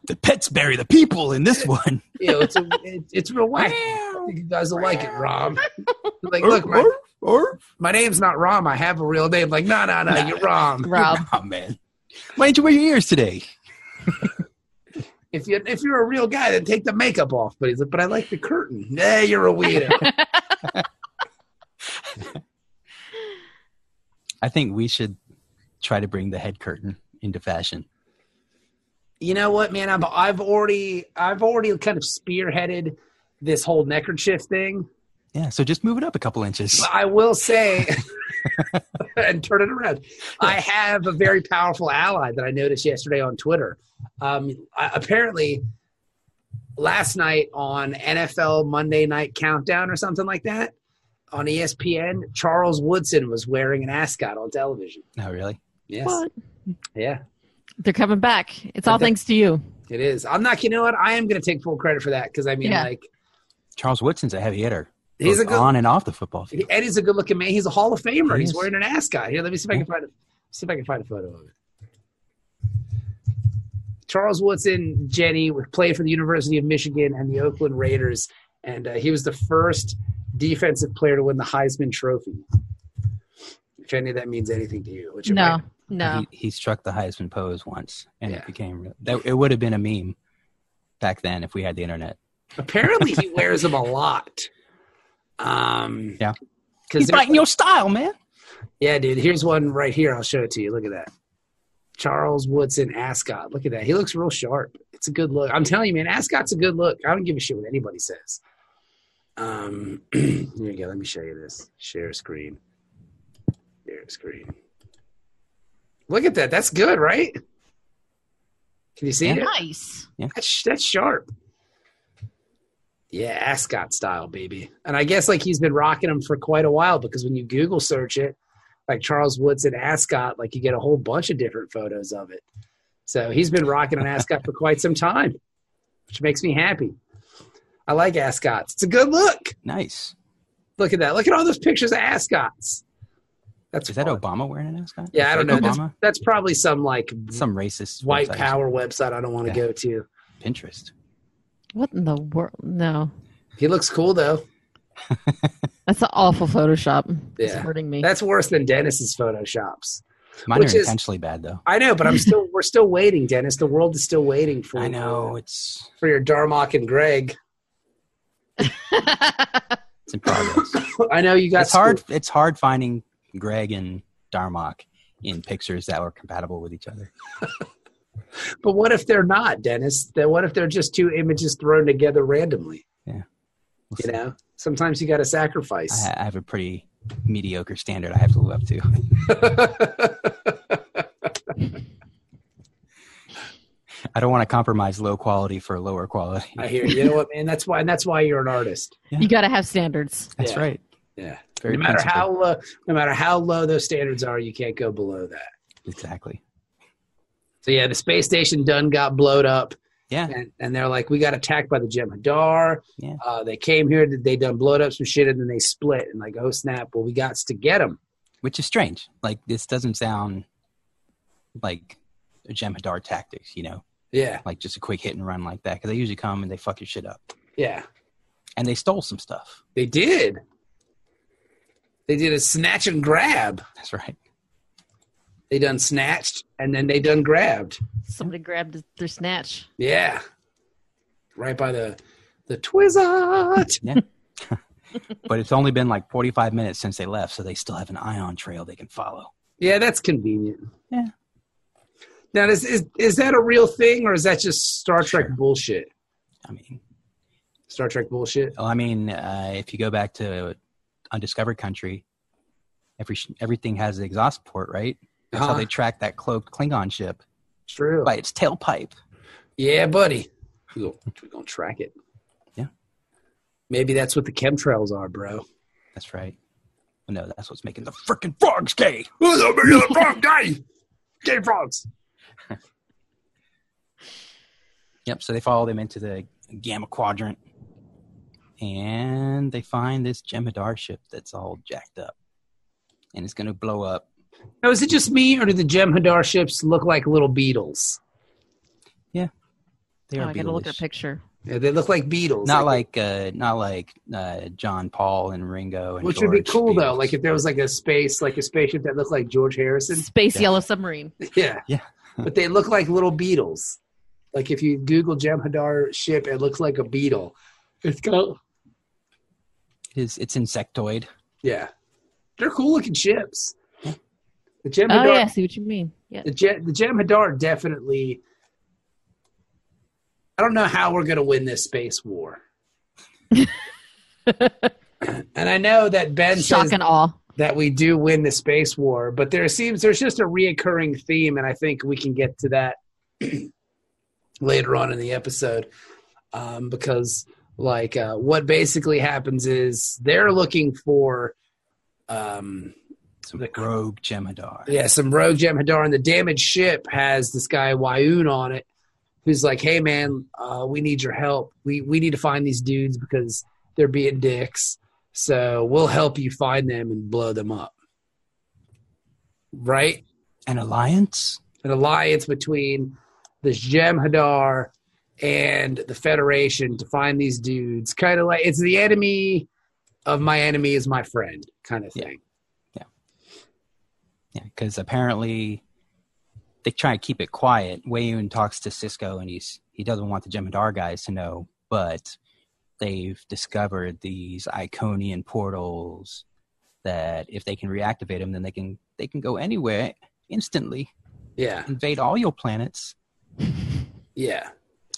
[SPEAKER 3] the pets bury the people in this one.
[SPEAKER 2] you know, it's a, it, it's real wacky. I think you guys will like it, Rom. Like, look, my,
[SPEAKER 3] or
[SPEAKER 2] my name's not Rom. I have a real name. Like, no, no, no, you're Rom.
[SPEAKER 4] Rob.
[SPEAKER 3] oh man, why didn't you wear your ears today?
[SPEAKER 2] If you if you're a real guy, then take the makeup off. But he's like, but I like the curtain. Nah, you're a weirdo.
[SPEAKER 3] I think we should try to bring the head curtain into fashion.
[SPEAKER 2] you know what, man? I'm, I've already I've already kind of spearheaded this whole neckerchief thing.
[SPEAKER 3] Yeah, so just move it up a couple inches.
[SPEAKER 2] But I will say. and turn it around. I have a very powerful ally that I noticed yesterday on Twitter. Um, I, apparently, last night on NFL Monday Night Countdown or something like that on E ESPN, Charles Woodson was wearing an ascot on television.
[SPEAKER 3] No, Oh, really.
[SPEAKER 2] Yes.
[SPEAKER 4] What?
[SPEAKER 2] Yeah.
[SPEAKER 4] They're coming back. It's all
[SPEAKER 2] But that-
[SPEAKER 4] thanks to you.
[SPEAKER 2] It is. I'm not. You know what? I am going to take full credit for that because I mean,
[SPEAKER 4] Yeah.
[SPEAKER 2] like,
[SPEAKER 3] Charles Woodson's a heavy hitter.
[SPEAKER 2] he's a
[SPEAKER 3] both
[SPEAKER 2] good.
[SPEAKER 3] on and off the football field.
[SPEAKER 2] Eddie's a good-looking man. He's a Hall of Famer.
[SPEAKER 3] He
[SPEAKER 2] He's
[SPEAKER 3] is.
[SPEAKER 2] wearing an ascot. Here, let me see if I can find a, see if I can find a photo of it. Charles Woodson Jenny played for the University of Michigan and the Oakland Raiders, and uh, he was the first defensive player to win the Heisman Trophy. If any of that means anything to you, which it
[SPEAKER 4] No,
[SPEAKER 2] might.
[SPEAKER 4] no.
[SPEAKER 3] He, he struck the Heisman pose once, and
[SPEAKER 2] Yeah.
[SPEAKER 3] it became real. That, it would have been a meme back then if we had the internet.
[SPEAKER 2] apparently he wears them a lot. Um,
[SPEAKER 3] Yeah.
[SPEAKER 2] 'cause there's-
[SPEAKER 3] your style, man.
[SPEAKER 2] Yeah, dude. Here's one right here. I'll show it to you. Look at that. Charles Woodson Ascot. Look at that. He looks real sharp. It's a good look. I'm telling you, man, Ascot's a good look. I don't give a shit what anybody says. Um, here you go. Let me show you this. Share screen. Share screen. Look at that. That's good, right? Can you see it?
[SPEAKER 4] Nice.
[SPEAKER 2] That's, that's sharp. Yeah, ascot style, baby. And I guess like he's been rocking them for quite a while because when you Google search it, like Charles Woodson ascot, like you get a whole bunch of different photos of it. So he's been rocking an ascot for quite some time, which makes me happy. I like ascots. It's a good look.
[SPEAKER 3] Nice.
[SPEAKER 2] Look at that. Look at all those pictures of ascots. That's
[SPEAKER 3] Is that
[SPEAKER 2] fun.
[SPEAKER 3] Obama wearing an ascot?
[SPEAKER 2] Yeah, I
[SPEAKER 3] Is
[SPEAKER 2] don't know.
[SPEAKER 3] that
[SPEAKER 2] That's,
[SPEAKER 3] Obama?
[SPEAKER 2] that's probably some like
[SPEAKER 3] Some racist
[SPEAKER 2] white
[SPEAKER 3] website.
[SPEAKER 2] power website I don't want to
[SPEAKER 3] Yeah.
[SPEAKER 2] go to.
[SPEAKER 3] Pinterest.
[SPEAKER 4] What in the world? No.
[SPEAKER 2] He looks cool though.
[SPEAKER 4] That's an awful Photoshop. It's
[SPEAKER 2] Yeah.
[SPEAKER 4] hurting me.
[SPEAKER 2] That's worse than Dennis's photoshops.
[SPEAKER 3] Mine
[SPEAKER 2] Which
[SPEAKER 3] are
[SPEAKER 2] is-
[SPEAKER 3] intentionally bad though.
[SPEAKER 2] I know, but I'm still we're still waiting, Dennis. The world is still waiting for
[SPEAKER 3] I know it's
[SPEAKER 2] for your Darmok and Greg.
[SPEAKER 3] it's in progress.
[SPEAKER 2] I know you got
[SPEAKER 3] it's hard. It's hard finding Greg and Darmok in pictures that were compatible with each other.
[SPEAKER 2] school, but what if they're not, Dennis? Then what if they're just two images thrown together randomly?
[SPEAKER 3] We'll
[SPEAKER 2] You
[SPEAKER 3] see.
[SPEAKER 2] know, sometimes you got to sacrifice.
[SPEAKER 3] I, I have a pretty mediocre standard I have to live up to. I don't want to compromise low quality for lower quality.
[SPEAKER 2] I hear you. You know what, man? That's why. And that's why you're an artist.
[SPEAKER 4] you got to have standards.
[SPEAKER 3] That's
[SPEAKER 2] Yeah.
[SPEAKER 3] right.
[SPEAKER 2] Yeah.
[SPEAKER 3] Very
[SPEAKER 2] no matter
[SPEAKER 3] principled.
[SPEAKER 2] how low, no matter how low those standards are, you can't go below that.
[SPEAKER 3] Exactly.
[SPEAKER 2] So yeah, the space station done got blowed up.
[SPEAKER 3] Yeah.
[SPEAKER 2] and, and they're like, we got attacked by the Jem'Hadar.
[SPEAKER 3] Yeah.
[SPEAKER 2] Uh, they came here, they done blowed up some shit, and then they split. And like, oh snap! Well, we got to get them.
[SPEAKER 3] Which is strange. Like this doesn't sound like a Jem'Hadar tactics, you know,
[SPEAKER 2] Yeah,
[SPEAKER 3] like just a quick hit and run like that. Because they usually come and they fuck your shit up.
[SPEAKER 2] yeah,
[SPEAKER 3] And they stole some stuff.
[SPEAKER 2] they did. They did a snatch and grab.
[SPEAKER 3] That's right.
[SPEAKER 2] They done snatched, and then they done grabbed.
[SPEAKER 4] Somebody grabbed their snatch.
[SPEAKER 2] Yeah, right by the the Twizzot.
[SPEAKER 3] But it's only been like 45 minutes since they left, so they still have an ion trail they can follow.
[SPEAKER 2] Yeah, that's convenient.
[SPEAKER 3] Yeah.
[SPEAKER 2] Now, is is is that a real thing, or is that just Star Trek
[SPEAKER 3] Sure.
[SPEAKER 2] bullshit?
[SPEAKER 3] I mean,
[SPEAKER 2] Star Trek bullshit.
[SPEAKER 3] well, I mean, uh, if you go back to Undiscovered Country, every sh- everything has an exhaust port, right? That's
[SPEAKER 2] Uh-huh.
[SPEAKER 3] how they track that cloaked Klingon ship
[SPEAKER 2] True.
[SPEAKER 3] by its tailpipe.
[SPEAKER 2] Yeah, buddy. We're gonna, we gonna track it.
[SPEAKER 3] Yeah.
[SPEAKER 2] Maybe that's what the chemtrails are, bro.
[SPEAKER 3] That's right. No, that's what's making the freaking frogs gay.
[SPEAKER 2] Who's over here, the frog guy? Gay frogs.
[SPEAKER 3] Yep. So they follow them into the Gamma Quadrant, and they find this Jemadar ship that's all jacked up, and it's going to blow up.
[SPEAKER 2] Now, is it just me, or do the Jem'Hadar ships look like little beetles?
[SPEAKER 3] They
[SPEAKER 4] oh,
[SPEAKER 3] are
[SPEAKER 4] I got to look at a
[SPEAKER 3] beetleish.
[SPEAKER 4] picture.
[SPEAKER 2] Yeah, they look like beetles.
[SPEAKER 3] Not like uh, not like uh, John Paul and Ringo and
[SPEAKER 2] which would be
[SPEAKER 3] George
[SPEAKER 2] cool though.
[SPEAKER 3] Beatles.
[SPEAKER 2] Like if there was like a space, like a spaceship that looked like George Harrison.
[SPEAKER 4] Space
[SPEAKER 3] Yeah.
[SPEAKER 4] Yellow Submarine.
[SPEAKER 2] Yeah.
[SPEAKER 3] Yeah.
[SPEAKER 2] but they look like little beetles. Like if you Google Jem'Hadar ship, it looks like a beetle. It's got
[SPEAKER 3] it's, it's insectoid.
[SPEAKER 2] yeah, they're cool looking ships. The Jem'Hadar
[SPEAKER 4] Oh, yeah. I See what you mean. Yeah.
[SPEAKER 2] The Je- the Jem'Hadar definitely. I don't know how we're going to win this space war. and I know that Ben
[SPEAKER 4] Shock
[SPEAKER 2] says
[SPEAKER 4] and awe.
[SPEAKER 2] that we do win the space war, but there seems there's just a reoccurring theme, and I think we can get to that later on in the episode um, because, like, uh, what basically happens is they're looking for um,
[SPEAKER 3] Some rogue Jem'Hadar.
[SPEAKER 2] Yeah, some rogue Jem'Hadar, and the damaged ship has this guy Wayun on it, who's like, "Hey, man, uh, we need your help. We we need to find these dudes because they're being dicks. So we'll help you find them and blow them up." Right?
[SPEAKER 3] An alliance?
[SPEAKER 2] An alliance between this Jem'Hadar and the Federation to find these dudes. Kind of like it's the enemy of my enemy is my friend kind of thing.
[SPEAKER 3] Yeah. Yeah. Because yeah, apparently they try to keep it quiet. Wayun talks to Cisco and he's he doesn't want the Jemadar guys to know, but they've discovered these Iconian portals that if they can reactivate them, then they can they can go anywhere instantly.
[SPEAKER 2] Yeah.
[SPEAKER 3] Invade all your planets.
[SPEAKER 2] Yeah.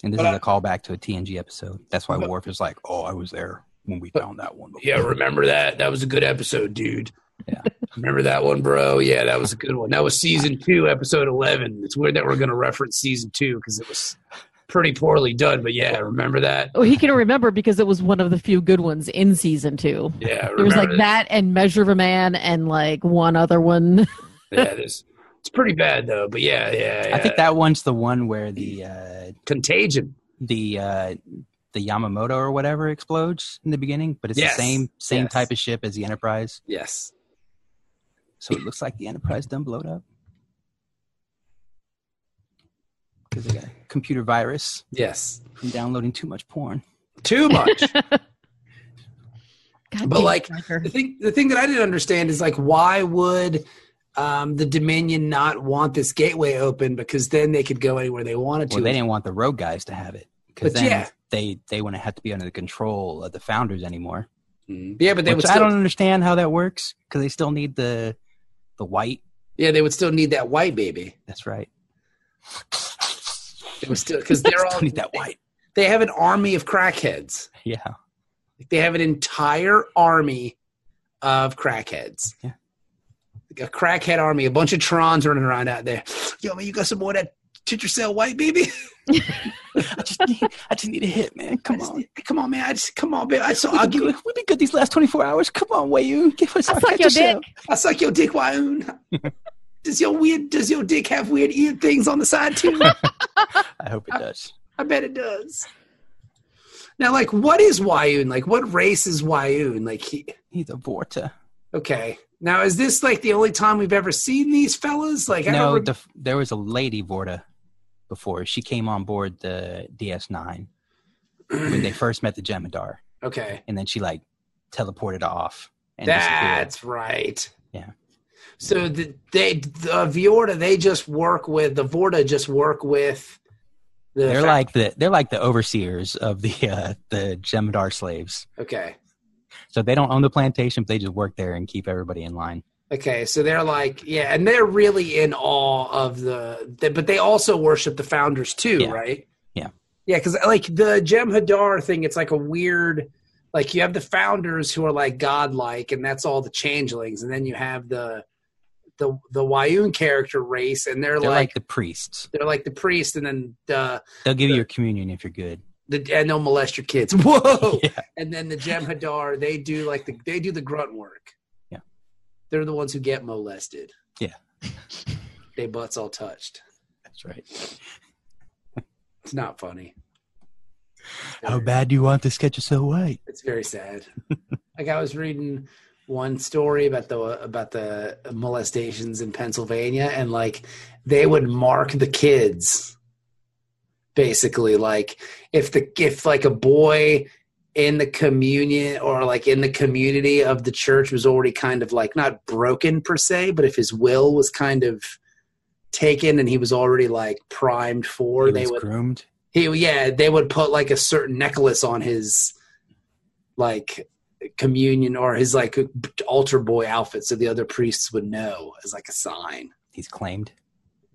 [SPEAKER 3] And this but is I, a callback to a TNG episode. That's why but, Worf is like, "Oh, I was there when we found that one." Before.
[SPEAKER 2] Yeah, remember that? That was a good episode, dude.
[SPEAKER 3] Yeah,
[SPEAKER 2] remember that one, bro? Yeah, that was a good one. That was season two, episode eleven. It's weird that we're going to reference season two because it was pretty poorly done. But yeah, remember that?
[SPEAKER 4] Oh, he can remember because it was one of the few good ones in season two.
[SPEAKER 2] Yeah,
[SPEAKER 4] there was like that. that and Measure of a Man and like one other one.
[SPEAKER 2] yeah, there's it's pretty bad though. But yeah, yeah, yeah.
[SPEAKER 3] I think that one's the one where the uh,
[SPEAKER 2] contagion,
[SPEAKER 3] the uh, the Yamamoto or whatever explodes in the beginning, but it's
[SPEAKER 2] yes.
[SPEAKER 3] the same same
[SPEAKER 2] yes.
[SPEAKER 3] type of ship as the Enterprise.
[SPEAKER 2] Yes.
[SPEAKER 3] So it looks like the Enterprise done blowed up because they got a computer virus.
[SPEAKER 2] Yes.
[SPEAKER 3] From downloading too much porn.
[SPEAKER 2] Too much. but like the thing, the thing that I didn't understand is like why would um, the Dominion not want this gateway open because then they could go anywhere they wanted to.
[SPEAKER 3] Well, they didn't want the rogue guys to have it because then
[SPEAKER 2] yeah.
[SPEAKER 3] they they wouldn't have to be under the control of the founders anymore.
[SPEAKER 2] Mm. Yeah, but they
[SPEAKER 3] Which
[SPEAKER 2] would. Still,
[SPEAKER 3] I don't understand how that works because they still need the the white.
[SPEAKER 2] Yeah, they would still need that white baby.
[SPEAKER 3] That's right.
[SPEAKER 2] It was still because they're all
[SPEAKER 3] need that white.
[SPEAKER 2] They, they have an army of crackheads.
[SPEAKER 3] Yeah,
[SPEAKER 2] they have an entire army of crackheads.
[SPEAKER 3] Yeah
[SPEAKER 2] a crackhead army, a bunch of trons running around out there. Yo, man, you got some more of that titracell white, baby?
[SPEAKER 3] I just need, I just need a hit, man. Come on,
[SPEAKER 2] need, come on, man. I just come on, man. I so
[SPEAKER 3] we've
[SPEAKER 2] I'll
[SPEAKER 3] been
[SPEAKER 2] give
[SPEAKER 3] good, we've been good these last twenty four hours. Come on, Wayoon, give us
[SPEAKER 4] I
[SPEAKER 3] our
[SPEAKER 4] suck your dick.
[SPEAKER 3] titracell.
[SPEAKER 2] I suck your dick, Wayoon. does your weird does your dick have weird ear things on the side too?
[SPEAKER 3] I hope it does.
[SPEAKER 2] I bet it does. Now, like, what is Wayoon? Like, what race is Wayoon? Like, he
[SPEAKER 3] he's a Vorta.
[SPEAKER 2] Okay. Now, is this like the only time we've ever seen these fellas? Like, I
[SPEAKER 3] no,
[SPEAKER 2] don't
[SPEAKER 3] the, there was a lady Vorta before she came on board the DS9 when they first met the Jemadar,
[SPEAKER 2] okay,
[SPEAKER 3] and then she like teleported off. And
[SPEAKER 2] that's
[SPEAKER 3] disappeared.
[SPEAKER 2] right.
[SPEAKER 3] Yeah.
[SPEAKER 2] So the, they, the Viorta, they just work with the Vorta. Just work with. The
[SPEAKER 3] They're
[SPEAKER 2] fa-
[SPEAKER 3] like the they're like the overseers of the uh, the Jemadar slaves.
[SPEAKER 2] Okay.
[SPEAKER 3] So they don't own the plantation, but they just work there and keep everybody in line.
[SPEAKER 2] Okay, so they're like, yeah, and they're really in awe of the, the but they also worship the founders too,
[SPEAKER 3] Yeah.
[SPEAKER 2] right?
[SPEAKER 3] Yeah.
[SPEAKER 2] Yeah, because like the Jem'Hadar thing, it's like a weird, like you have the founders who are like godlike, and that's all the changelings, and then you have the the the Wayun character race, and they're,
[SPEAKER 3] They're like,
[SPEAKER 2] like,
[SPEAKER 3] the priests.
[SPEAKER 2] they're like the priest, and then the,
[SPEAKER 3] They'll give
[SPEAKER 2] the-
[SPEAKER 3] you your communion if you're good.
[SPEAKER 2] the and they'll molest your kids. Whoa!
[SPEAKER 3] Yeah.
[SPEAKER 2] And then the Jem'Hadar, they do like the they do the grunt work.
[SPEAKER 3] Yeah.
[SPEAKER 2] They're the ones who get molested.
[SPEAKER 3] Yeah.
[SPEAKER 2] They butts all touched.
[SPEAKER 3] That's right.
[SPEAKER 2] It's not funny.
[SPEAKER 3] How bad do you want this catcher so white?
[SPEAKER 2] It's very sad. like I was reading one story about the about the molestations in Pennsylvania, and like they would mark the kids. Basically, like if the if like a boy in the communion or like in the community of the church was already kind of like not broken per se, but if his will was kind of taken and he was already like primed for,
[SPEAKER 3] He
[SPEAKER 2] they
[SPEAKER 3] was
[SPEAKER 2] would
[SPEAKER 3] groomed.
[SPEAKER 2] he yeah they would put like a certain necklace on his like communion or his like altar boy outfit so the other priests would know as like a sign
[SPEAKER 3] He's claimed.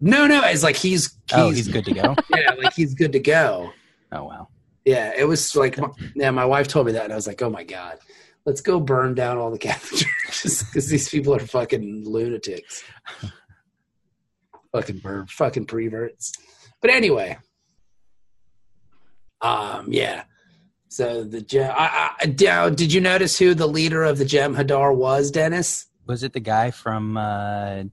[SPEAKER 2] no no it's like he's he's,
[SPEAKER 3] Oh, he's good to go.
[SPEAKER 2] yeah like he's good to go
[SPEAKER 3] oh wow.
[SPEAKER 2] yeah it was like my, yeah my wife told me that and i was like oh my god let's go burn down all the catholic churches because these people are fucking lunatics fucking burn fucking preverts but anyway um, yeah. So the gem. I, I, now, did you notice who the leader of the Gem Hadar was, Dennis?
[SPEAKER 3] was it the guy from uh,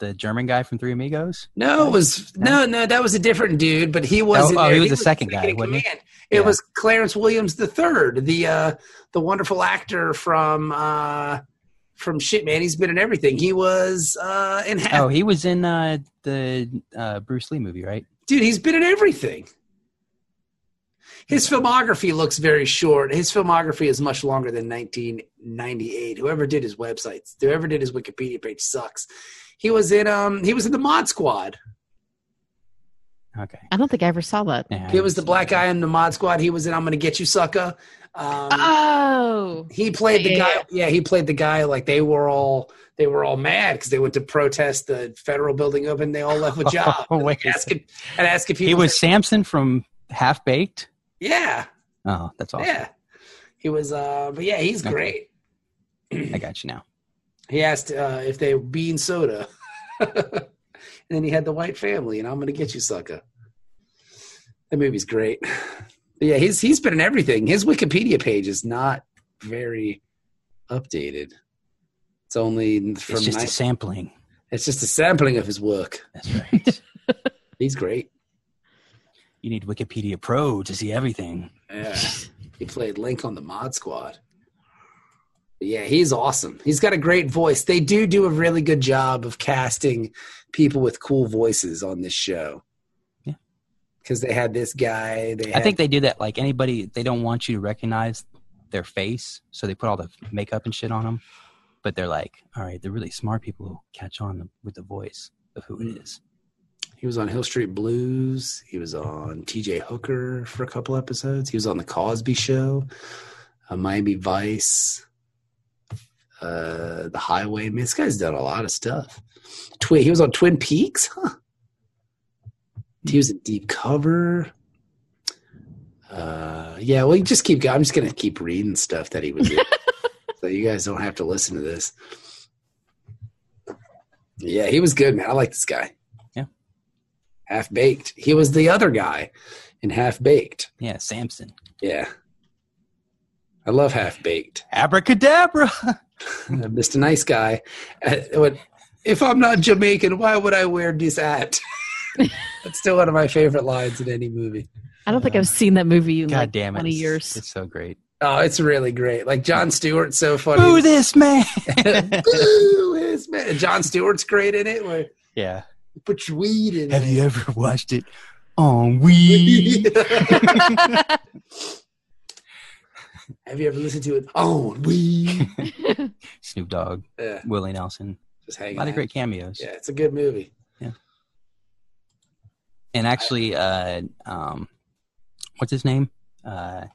[SPEAKER 3] the German guy from Three Amigos?
[SPEAKER 2] No, it was no, no. That was a different dude, but he wasn't.
[SPEAKER 3] oh,
[SPEAKER 2] there.
[SPEAKER 3] he was the second guy,
[SPEAKER 2] in
[SPEAKER 3] wasn't he?
[SPEAKER 2] command.
[SPEAKER 3] Yeah.
[SPEAKER 2] It was Clarence Williams the third, the uh, the wonderful actor from uh, from shit, man. He's been in everything. He was uh, in half.
[SPEAKER 3] Oh, he was in uh, the uh, Bruce Lee movie, right?
[SPEAKER 2] Dude, he's been in everything. His filmography looks very short. His filmography is much longer than 1998. Whoever did his websites, whoever did his Wikipedia page sucks. He was in um he was in the Mod Squad.
[SPEAKER 3] Okay.
[SPEAKER 4] I don't think I ever saw that.
[SPEAKER 3] Yeah,
[SPEAKER 2] He was the black guy in the Mod Squad. He was in I'm Gonna Get You Sucker. Um,
[SPEAKER 4] Oh,
[SPEAKER 2] he played the
[SPEAKER 4] Yeah,
[SPEAKER 2] guy.
[SPEAKER 4] yeah,
[SPEAKER 2] Yeah, he played the guy. Like they were all they were all mad because they went to protest the federal building open. They all left with jobs.
[SPEAKER 3] Oh, wait a
[SPEAKER 2] ask
[SPEAKER 3] second.
[SPEAKER 2] if, and ask if he,
[SPEAKER 3] He was Samson from Half Baked.
[SPEAKER 2] yeah
[SPEAKER 3] Oh, that's awesome.
[SPEAKER 2] yeah he was. Uh, but yeah, he's
[SPEAKER 3] Okay.
[SPEAKER 2] great.
[SPEAKER 3] I got you now.
[SPEAKER 2] He asked uh, if they were bean soda. and then he had the white family, and I'm gonna get you, sucker. That movie's great. But yeah, he's he's been in everything. His Wikipedia page is not very updated. It's only from
[SPEAKER 3] It's just a
[SPEAKER 2] nice-
[SPEAKER 3] sampling.
[SPEAKER 2] it's just a sampling of his work.
[SPEAKER 3] That's right.
[SPEAKER 2] He's great.
[SPEAKER 3] you need Wikipedia Pro to see everything.
[SPEAKER 2] Yeah. he played Link on the Mod Squad. But yeah, he's awesome. He's got a great voice. They do do a really good job of casting people with cool voices on this show.
[SPEAKER 3] Yeah.
[SPEAKER 2] Because they had this guy. They
[SPEAKER 3] I
[SPEAKER 2] had-
[SPEAKER 3] think they do that. Like anybody, they don't want you to recognize their face, so they put all the makeup and shit on them. But they're like, all right, the really smart people who catch on with the voice of who it is.
[SPEAKER 2] he was on Hill Street Blues. He was on TJ Hooker for a couple episodes. He was on The Cosby Show, uh, Miami Vice, uh, The Highway. I mean, this guy's done a lot of stuff. Twin, he was on Twin Peaks, huh? He was in Deep Cover. Uh, yeah, well, you just keep. go- I'm just gonna keep reading stuff that he was in, so you guys don't have to listen to this. Yeah, he was good, man. I like this guy.
[SPEAKER 3] Yeah.
[SPEAKER 2] Half baked. He was the other guy in Half Baked.
[SPEAKER 3] Yeah, Samson.
[SPEAKER 2] Yeah. I love Half Baked.
[SPEAKER 3] Abracadabra.
[SPEAKER 2] Mr. Nice Guy. Uh, what- If I'm not Jamaican, why would I wear this hat? That's still one of my favorite lines in any movie.
[SPEAKER 4] I don't think I've seen that movie in
[SPEAKER 3] God
[SPEAKER 4] like
[SPEAKER 3] damn it.
[SPEAKER 4] 20
[SPEAKER 3] it's-
[SPEAKER 4] years.
[SPEAKER 3] It's so great.
[SPEAKER 2] Oh, it's really great. Like John Stewart's so funny.
[SPEAKER 3] Boo this man.
[SPEAKER 2] Boo this man. John Stewart's great in it. Where
[SPEAKER 3] yeah.
[SPEAKER 2] put your weed in.
[SPEAKER 3] Have you ever watched it on weed?
[SPEAKER 2] Have you ever listened to it? Oh, we
[SPEAKER 3] Snoop Dogg,
[SPEAKER 2] yeah,
[SPEAKER 3] Willie Nelson.
[SPEAKER 2] just
[SPEAKER 3] A
[SPEAKER 2] hanging.
[SPEAKER 3] lot
[SPEAKER 2] out.
[SPEAKER 3] of great cameos.
[SPEAKER 2] Yeah, it's a good movie.
[SPEAKER 3] and actually uh um what's his name uh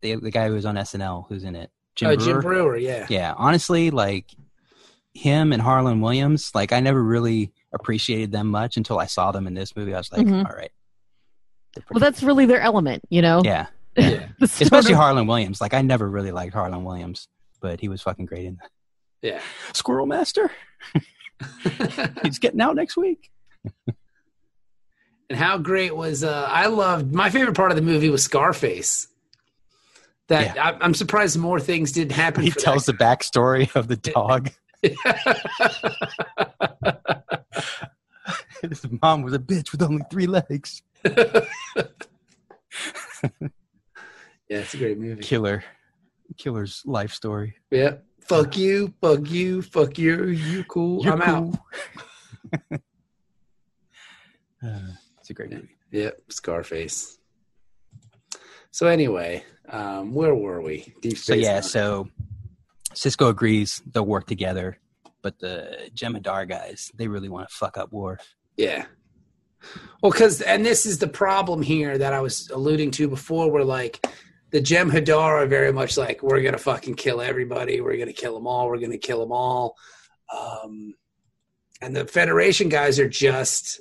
[SPEAKER 3] the, the guy who was on snl who's in it jim,
[SPEAKER 2] oh,
[SPEAKER 3] Brewer.
[SPEAKER 2] Jim Brewer. Yeah.
[SPEAKER 3] yeah honestly like him and harlan williams like i never really appreciated them much until i saw them in this movie i was like
[SPEAKER 2] Mm-hmm.
[SPEAKER 4] Mhm.
[SPEAKER 3] all right They're
[SPEAKER 4] well,
[SPEAKER 3] pretty-
[SPEAKER 4] that's really their element, you know?
[SPEAKER 3] yeah
[SPEAKER 2] yeah,
[SPEAKER 4] The sort
[SPEAKER 3] especially
[SPEAKER 4] of-
[SPEAKER 3] harlan williams like i never really liked harlan williams but he was fucking great in that.
[SPEAKER 2] yeah.
[SPEAKER 3] squirrel master he's getting out next week
[SPEAKER 2] and how great was? Uh, I loved my favorite part of the movie was Scarface. That I, I'm surprised more things didn't happen.
[SPEAKER 3] he
[SPEAKER 2] for that
[SPEAKER 3] tells the backstory of the dog his mom was a bitch with only three legs
[SPEAKER 2] yeah, it's a great movie.
[SPEAKER 3] killer killer's life story
[SPEAKER 2] Yeah. Fuck you, fuck you, fuck you, you cool. I'm out.
[SPEAKER 3] uh, it's a great movie
[SPEAKER 2] Yep, Scarface. So anyway, um, where were we? Deep
[SPEAKER 3] so
[SPEAKER 2] Space
[SPEAKER 3] yeah
[SPEAKER 2] Nine.
[SPEAKER 3] so cisco agrees they'll work together but the Jemadar guys, they really want to fuck up Worf.
[SPEAKER 2] Yeah. Well, because and this is the problem here that I was alluding to before, where like the Gem Hadar are very much like we're gonna fucking kill everybody, we're gonna kill them all, we're gonna kill them all, um, and the Federation guys are just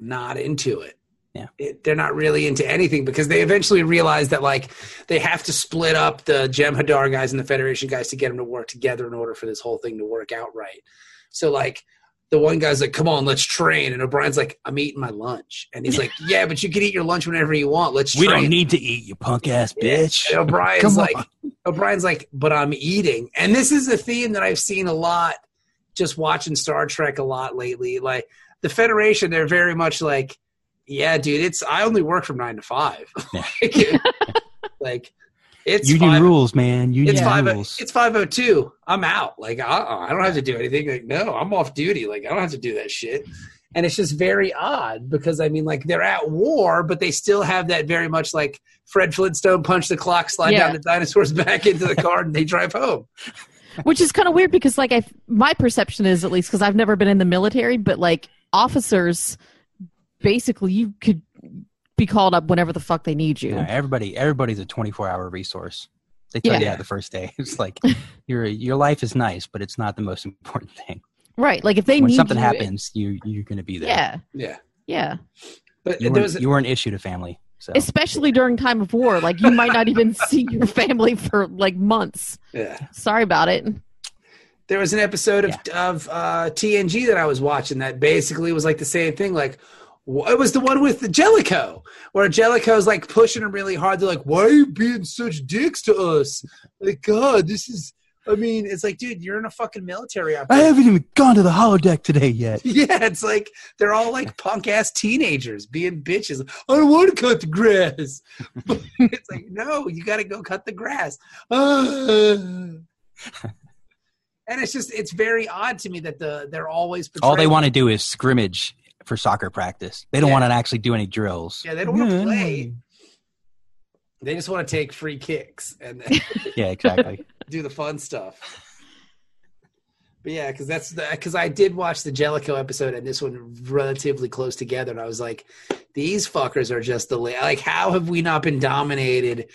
[SPEAKER 2] not into it.
[SPEAKER 3] Yeah.
[SPEAKER 2] It, they're not really into anything because they eventually realize that like they have to split up the Gem Hadar guys and the Federation guys to get them to work together in order for this whole thing to work out right. So like the one guy's like, "Come on, let's train," and O'Brien's like, "I'm eating my lunch," and he's like, "Yeah, but you can eat your lunch whenever you want. Let's train."
[SPEAKER 3] need to eat, you punk ass
[SPEAKER 2] Yeah. And O'Brien's
[SPEAKER 3] Come
[SPEAKER 2] like, O'Brien's like, but I'm eating. And this is a theme that I've seen a lot just watching Star Trek a lot lately. Like the Federation, they're very much like, yeah, dude, it's I only work from nine to five. like, like, it's
[SPEAKER 3] Union
[SPEAKER 2] five,
[SPEAKER 3] rules, man. Union
[SPEAKER 2] It's five.
[SPEAKER 3] rules.
[SPEAKER 2] It's five oh two. I'm out. Like uh, uh I don't have to do anything. Like no, I'm off duty. Like I don't have to do that shit. And it's just very odd because I mean, like they're at war, but they still have that very much like Fred Flintstone punch the clock, slide
[SPEAKER 4] Yeah.
[SPEAKER 2] down the dinosaurs back into the car, and they drive home.
[SPEAKER 4] which is kind of weird because like I my perception is at least because I've never been in the military, but like officers, basically you could be called up whenever the fuck they need you.
[SPEAKER 3] Yeah, everybody, everybody's a 24 hour resource. They tell you
[SPEAKER 4] Yeah.
[SPEAKER 3] that the first day. It's like your your life is nice, but it's not the most important thing.
[SPEAKER 4] Right? Like if they
[SPEAKER 3] when
[SPEAKER 4] need
[SPEAKER 3] something
[SPEAKER 4] you,
[SPEAKER 3] happens, you you're going to be there.
[SPEAKER 4] Yeah,
[SPEAKER 2] Yeah,
[SPEAKER 4] yeah.
[SPEAKER 2] but
[SPEAKER 3] you
[SPEAKER 2] there was
[SPEAKER 3] weren't, you weren't issued a family. So
[SPEAKER 4] Especially during time of war, like you might not even see your family for like months.
[SPEAKER 2] yeah.
[SPEAKER 4] Sorry about it.
[SPEAKER 2] there was an episode of of uh, TNG that I was watching that basically was like the same thing. Like wh- it was the one with the Jellicoe, where Jellicoe's like pushing him really hard. They're like, "Why are you being such dicks to us? Like, God, this is." I mean, it's like, dude, you're in a fucking military
[SPEAKER 3] I
[SPEAKER 2] operation.
[SPEAKER 3] haven't even gone to the holodeck today yet.
[SPEAKER 2] Yeah, it's like they're all like punk ass teenagers being bitches. I don't want to cut the grass. it's like, no, you got to go cut the grass. Ah. and it's just, it's very odd to me that the they're always portrayed.
[SPEAKER 3] All they want to do is scrimmage for soccer practice. They don't
[SPEAKER 2] Yeah.
[SPEAKER 3] want to actually do any drills.
[SPEAKER 2] Yeah, they don't want to
[SPEAKER 3] I
[SPEAKER 2] play. They just want to take free kicks and
[SPEAKER 3] wanna- Yeah, exactly.
[SPEAKER 2] do the fun stuff. But yeah, because that's the because I did watch the Jellicoe episode and this one relatively close together, and I was like, these fuckers are just the la- like, how have we not been dominated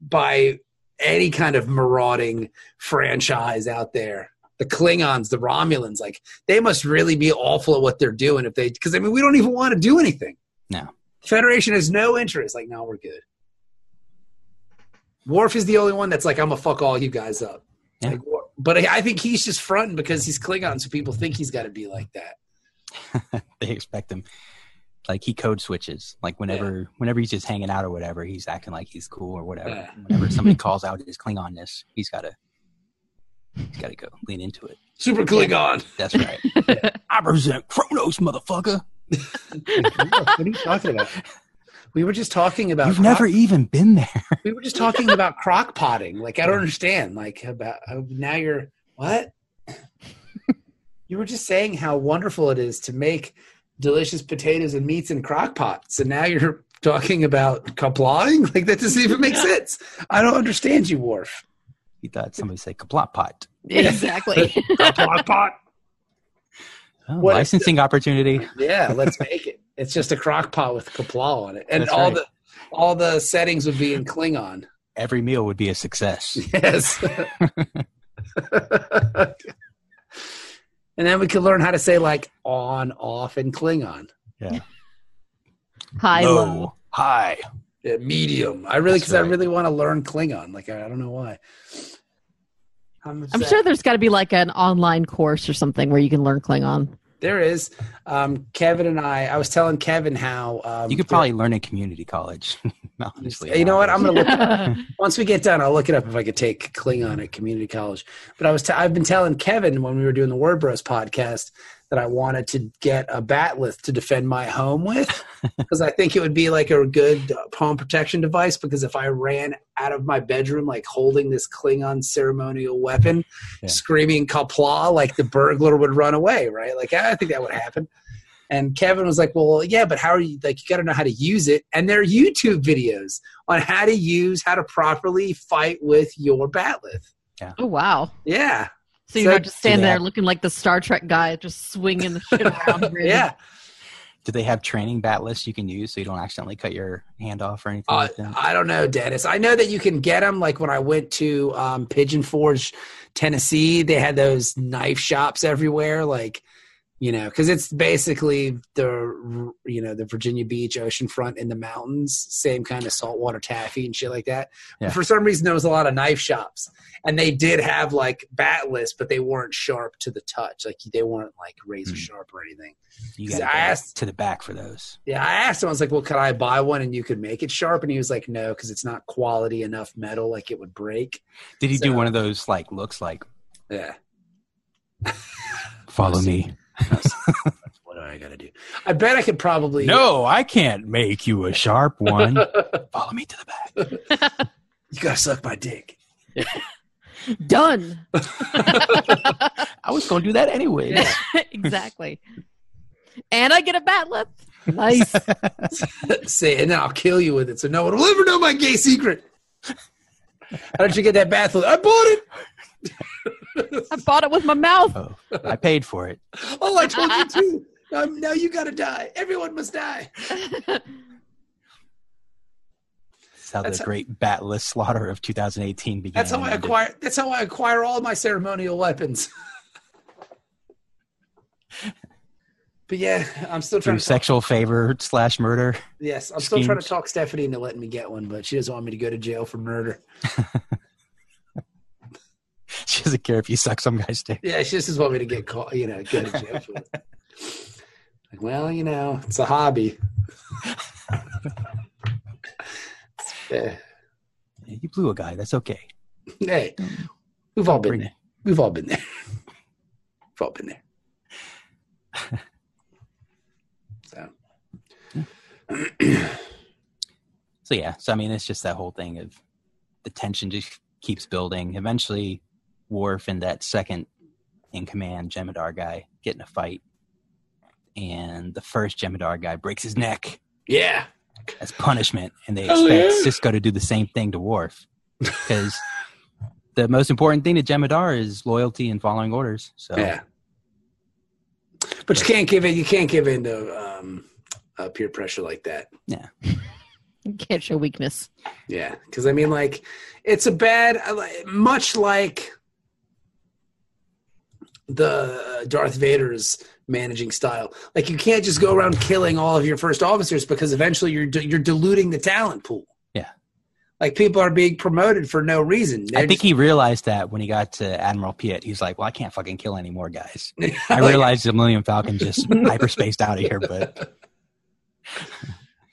[SPEAKER 2] by any kind of marauding franchise out there? The Klingons, the Romulans, like they must really be awful at what they're doing if they because I mean we don't even want to do anything.
[SPEAKER 3] No.
[SPEAKER 2] Federation has no interest. Like, no, we're good. Worf is the only one that's like, I'm gonna fuck all you guys up.
[SPEAKER 3] Yeah.
[SPEAKER 2] Like, Wor- but I I think he's just fronting because he's Klingon, so people think he's got to be like that.
[SPEAKER 3] they expect him. Like he code switches. Like whenever whenever he's just hanging out or whatever, he's acting like he's cool or whatever.
[SPEAKER 2] Yeah.
[SPEAKER 3] Whenever somebody calls out his Klingonness, he's gotta he's gotta go lean into it.
[SPEAKER 2] Super Klingon.
[SPEAKER 3] That's right. I represent Kronos, motherfucker.
[SPEAKER 2] what are you talking about? We were just talking about.
[SPEAKER 3] You've
[SPEAKER 2] crock-
[SPEAKER 3] never even been there.
[SPEAKER 2] We were just talking about crock potting. Like, I don't understand. Like, about uh, now you're what? you were just saying how wonderful it is to make delicious potatoes and meats in crock pot. So now you're talking about complying? Like, that doesn't even make sense. I don't understand you, Worf.
[SPEAKER 3] He thought somebody said kaplot pot.
[SPEAKER 4] Exactly.
[SPEAKER 2] crock pot.
[SPEAKER 3] Oh,
[SPEAKER 2] What-
[SPEAKER 3] licensing opportunity.
[SPEAKER 2] Yeah, let's make it. It's just a crock pot with kapla on it, and
[SPEAKER 3] That's
[SPEAKER 2] all
[SPEAKER 3] right.
[SPEAKER 2] the all the settings would be in Klingon.
[SPEAKER 3] Every meal would be a success.
[SPEAKER 2] Yes. and then we could learn how to say like on, off, and Klingon.
[SPEAKER 4] Hi, low.
[SPEAKER 3] Low, high.
[SPEAKER 2] Yeah, medium. I really,
[SPEAKER 3] That's
[SPEAKER 2] because I
[SPEAKER 3] right.
[SPEAKER 2] really want to learn Klingon. Like I, I don't know why. I'm,
[SPEAKER 4] I'm
[SPEAKER 2] upset.
[SPEAKER 4] sure there's got to be like an online course or something where you can learn Klingon.
[SPEAKER 2] there is. Um, Kevin and I. I was telling Kevin how um,
[SPEAKER 3] You could probably learn in community college. Honestly,
[SPEAKER 2] You know what? I'm gonna look
[SPEAKER 4] yeah.
[SPEAKER 2] Once we get done, I'll look it up if I could take Klingon at community college. But I was t- I've been telling Kevin when we were doing the Word Bros podcast that I wanted to get a batleth to defend my home with because I think it would be like a good uh, palm protection device. Because if I ran out of my bedroom like holding this Klingon ceremonial weapon,
[SPEAKER 3] Yeah.
[SPEAKER 2] screaming "kapla" like the burglar would run away, right? Like I think that would happen. And Kevin was like, "Well, yeah, but how are you? Like, you got to know how to use it." And there are YouTube videos on how to use, how to properly fight with your batleth.
[SPEAKER 4] Oh wow.
[SPEAKER 2] Yeah,
[SPEAKER 4] So you're
[SPEAKER 2] So-
[SPEAKER 4] not just standing
[SPEAKER 3] Yeah.
[SPEAKER 4] there looking like the Star Trek guy, just swinging the shit around. really.
[SPEAKER 2] yeah.
[SPEAKER 3] Do they have training bat lists you can use so you don't accidentally cut your hand off or anything
[SPEAKER 2] Uh,
[SPEAKER 3] like that?
[SPEAKER 2] I don't know, Dennis. I know that you can get them. Like when I went to um, Pigeon Forge, Tennessee, they had those knife shops everywhere. Like you know, because it's basically the you know the Virginia Beach oceanfront in the mountains, same kind of saltwater taffy and shit like that.
[SPEAKER 3] Yeah.
[SPEAKER 2] But for some reason, there was a lot of knife shops, and they did have like bat lists, but they weren't sharp to the touch. Like they weren't like razor
[SPEAKER 3] Mm.
[SPEAKER 2] sharp or anything.
[SPEAKER 3] You
[SPEAKER 2] 'Cause
[SPEAKER 3] got
[SPEAKER 2] I asked-
[SPEAKER 3] to the back for those.
[SPEAKER 2] Yeah, I asked him. I was like, "Well, could I buy one and you could make it sharp?" And he was like, "No, because it's not quality enough metal. Like it would break."
[SPEAKER 3] Did he
[SPEAKER 2] So-
[SPEAKER 3] do one of those like looks like
[SPEAKER 2] Yeah.
[SPEAKER 3] follow
[SPEAKER 2] Yes.
[SPEAKER 3] me?
[SPEAKER 2] What do I got to do? I bet I could probably
[SPEAKER 3] No, I can't make you a sharp one. follow me to the back.
[SPEAKER 2] You gotta suck my dick.
[SPEAKER 4] Done.
[SPEAKER 3] I was going to do that anyway.
[SPEAKER 2] Yeah.
[SPEAKER 4] exactly. And I get a bat lip. Nice.
[SPEAKER 2] Say, it, and then I'll kill you with it, so no one will ever know my gay secret. How did you get that bath? I bought it.
[SPEAKER 4] I bought it with my mouth.
[SPEAKER 3] Oh, I paid for it.
[SPEAKER 2] Oh, I told you too. Now, now you gotta die. Everyone must die.
[SPEAKER 3] That's how
[SPEAKER 2] That's
[SPEAKER 3] the
[SPEAKER 2] how-
[SPEAKER 3] great batless slaughter of 2018 began.
[SPEAKER 2] That's how I
[SPEAKER 3] and ended.
[SPEAKER 2] acquire. That's how I acquire all my ceremonial weapons. but yeah, I'm still trying.
[SPEAKER 3] through
[SPEAKER 2] To talk,
[SPEAKER 3] sexual favor slash murder.
[SPEAKER 2] yes, I'm still trying to
[SPEAKER 3] schemes.
[SPEAKER 2] talk Stephanie into letting me get one, but she doesn't want me to go to jail for murder.
[SPEAKER 3] She doesn't care if you suck some guy's dick.
[SPEAKER 2] Yeah, she just doesn't want me to get caught. You know, go to jail for it. Like, well, you know, it's a hobby. Yeah.
[SPEAKER 3] You blew a guy. That's okay.
[SPEAKER 2] Hey, we've all been
[SPEAKER 3] Bring
[SPEAKER 2] there. We've all been there. We've all been there. So,
[SPEAKER 3] So yeah. So I mean, it's just that whole thing of the tension just keeps building. Eventually, Worf and that second in command Jemadar guy get in a fight, and the first Jemadar guy breaks his neck
[SPEAKER 2] yeah.
[SPEAKER 3] as punishment, and they
[SPEAKER 2] Oh,
[SPEAKER 3] expect
[SPEAKER 2] yeah.
[SPEAKER 3] Cisco to do the same thing to Worf because. The most important thing to Jemadar is loyalty and following orders. So
[SPEAKER 2] Yeah. But you can't give in. You can't give in to um, uh, peer pressure like that.
[SPEAKER 4] Can't show weakness.
[SPEAKER 2] Yeah, because I mean, like, it's a bad. I li- Much like the Darth Vader's managing style, like you can't just go around killing all of your first officers because eventually you're di- you're diluting the talent pool.
[SPEAKER 3] Yeah.
[SPEAKER 2] like people are being promoted for no reason.
[SPEAKER 3] I
[SPEAKER 2] They're
[SPEAKER 3] think
[SPEAKER 2] just-
[SPEAKER 3] he realized that when he got to Admiral Piet. He's like, "Well, I can't fucking kill any more guys." I realized the Millennium Falcon just hyperspaced out of here, but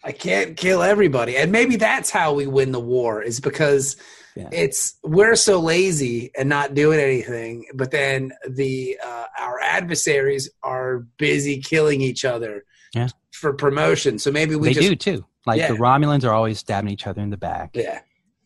[SPEAKER 2] I can't kill everybody. And maybe that's how we win the war is because
[SPEAKER 3] Yeah.
[SPEAKER 2] it's we're so lazy and not doing anything, but then the uh, our adversaries are busy killing each other
[SPEAKER 3] Yeah.
[SPEAKER 2] for promotion. So maybe we
[SPEAKER 3] they
[SPEAKER 2] just
[SPEAKER 3] do too. Like the
[SPEAKER 2] Yeah.
[SPEAKER 3] Romulans are always stabbing each other in the back.
[SPEAKER 2] yeah.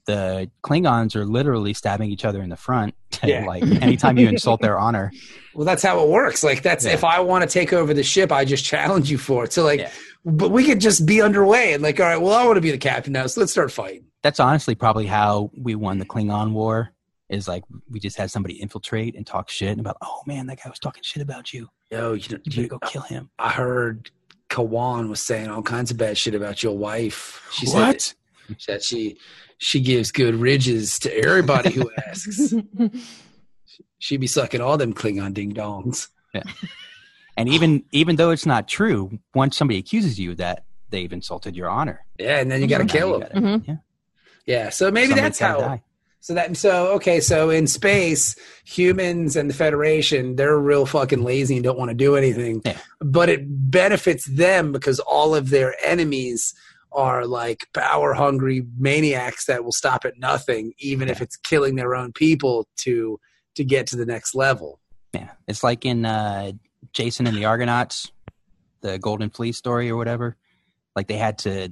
[SPEAKER 3] The Klingons are literally stabbing each other in the front.
[SPEAKER 2] Yeah.
[SPEAKER 3] like anytime you insult their honor,
[SPEAKER 2] Well, that's how it works. Like that's
[SPEAKER 3] Yeah.
[SPEAKER 2] if I want to take over the ship, I just challenge you for it. So like
[SPEAKER 3] Yeah.
[SPEAKER 2] but we could just be underway and like all right, well I want to be the captain now, so let's start fighting.
[SPEAKER 3] that's honestly probably how we won the Klingon War. Is like we just had somebody infiltrate and talk shit about. Oh man, that guy was talking shit about you.
[SPEAKER 2] Yo, you,
[SPEAKER 3] Oh, You better go kill him.
[SPEAKER 2] I heard Kawan was saying all kinds of bad shit about your wife. She
[SPEAKER 3] what?
[SPEAKER 2] said that she she gives good ridges to everybody who asks. she be sucking all them Klingon ding dongs.
[SPEAKER 3] And even even though it's not true, once somebody accuses you of that, they've insulted your honor.
[SPEAKER 2] Yeah, and then you got to
[SPEAKER 3] Now
[SPEAKER 2] kill
[SPEAKER 3] you
[SPEAKER 2] them.
[SPEAKER 3] gotta-
[SPEAKER 4] Mhm.
[SPEAKER 3] Yeah.
[SPEAKER 2] Yeah, so maybe
[SPEAKER 3] somebody's
[SPEAKER 2] that's how.
[SPEAKER 3] gotta die.
[SPEAKER 2] So that so okay, so in space, humans and the Federation, they're real fucking lazy and don't want to do anything.
[SPEAKER 3] Yeah.
[SPEAKER 2] But it benefits them because all of their enemies are like power hungry maniacs that will stop at nothing, even if
[SPEAKER 3] Yeah.
[SPEAKER 2] it's killing their own people to to get to the next level.
[SPEAKER 3] Yeah. It's like in uh, Jason and the Argonauts, the Golden Fleece story or whatever. Like they had to,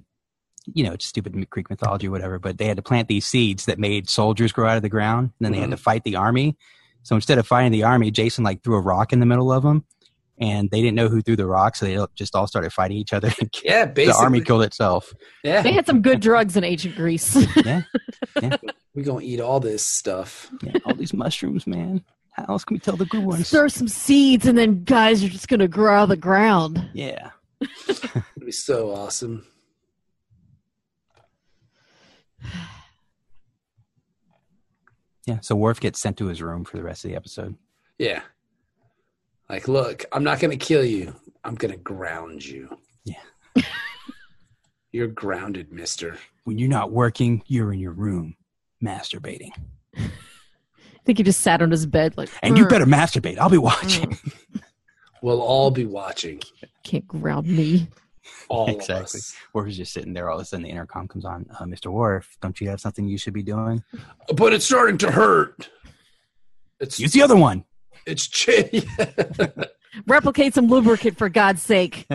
[SPEAKER 3] you know, it's stupid m- Greek mythology or whatever, but they had to plant these seeds that made soldiers grow out of the ground. And then they had to fight the army. So instead of fighting the army, Jason like threw a rock in the middle of them. And they didn't know who threw the rock, so they just all started fighting each other.
[SPEAKER 2] Yeah,
[SPEAKER 3] the
[SPEAKER 2] basically.
[SPEAKER 3] army killed itself.
[SPEAKER 4] They
[SPEAKER 2] yeah,
[SPEAKER 4] had some good drugs in ancient Greece.
[SPEAKER 2] we're gonna eat all this stuff.
[SPEAKER 3] Yeah, all these mushrooms, man. How else can we tell the good ones?
[SPEAKER 4] Stir some seeds, and then guys are just going to grow out of the ground.
[SPEAKER 3] Yeah.
[SPEAKER 2] It'd be so awesome.
[SPEAKER 3] Yeah. So Worf gets sent to his room for the rest of the episode.
[SPEAKER 2] Yeah. Like, look, I'm not going to kill you. I'm going to ground you.
[SPEAKER 3] Yeah.
[SPEAKER 2] You're grounded, mister.
[SPEAKER 3] When you're not working, you're in your room masturbating.
[SPEAKER 4] I think he just sat on his bed like.
[SPEAKER 3] And you
[SPEAKER 4] "Grr, Mm.
[SPEAKER 3] better masturbate. I'll be watching.
[SPEAKER 2] We'll all be watching.
[SPEAKER 4] Can't ground me.
[SPEAKER 2] All of
[SPEAKER 3] Exactly.
[SPEAKER 2] us.
[SPEAKER 3] Worf is just sitting there. All of a sudden, the intercom comes on. Uh, Mr. Worf, don't you have something you should be doing?
[SPEAKER 2] But it's starting to hurt. It's
[SPEAKER 3] Use the other one.
[SPEAKER 2] it's ch-
[SPEAKER 4] Replicate some lubricant for God's sake.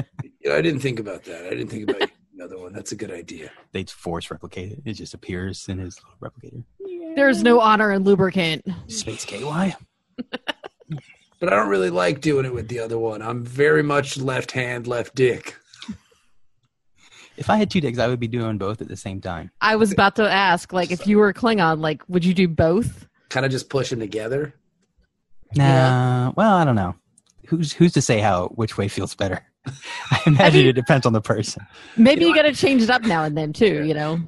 [SPEAKER 2] Yeah, I didn't think about that. I didn't think about another one. That's a good idea.
[SPEAKER 3] They force replicate it. It just appears in his little replicator.
[SPEAKER 4] There's no honor in lubricant.
[SPEAKER 3] Space KY.
[SPEAKER 2] But I don't really like doing it with the other one. I'm very much left hand, left dick.
[SPEAKER 3] If I had two dicks, I would be doing both at the same time.
[SPEAKER 4] I was about to ask, like, if you were a Klingon, like, would you do both?
[SPEAKER 2] Kind of just pushing together.
[SPEAKER 3] Nah. Well, I don't know. Who's who's to say how which way feels better? I imagine
[SPEAKER 4] mean-
[SPEAKER 3] it depends on the person.
[SPEAKER 4] Maybe
[SPEAKER 2] You
[SPEAKER 4] you,
[SPEAKER 2] know,
[SPEAKER 4] got to change it up now and then too.
[SPEAKER 2] Yeah.
[SPEAKER 4] You know?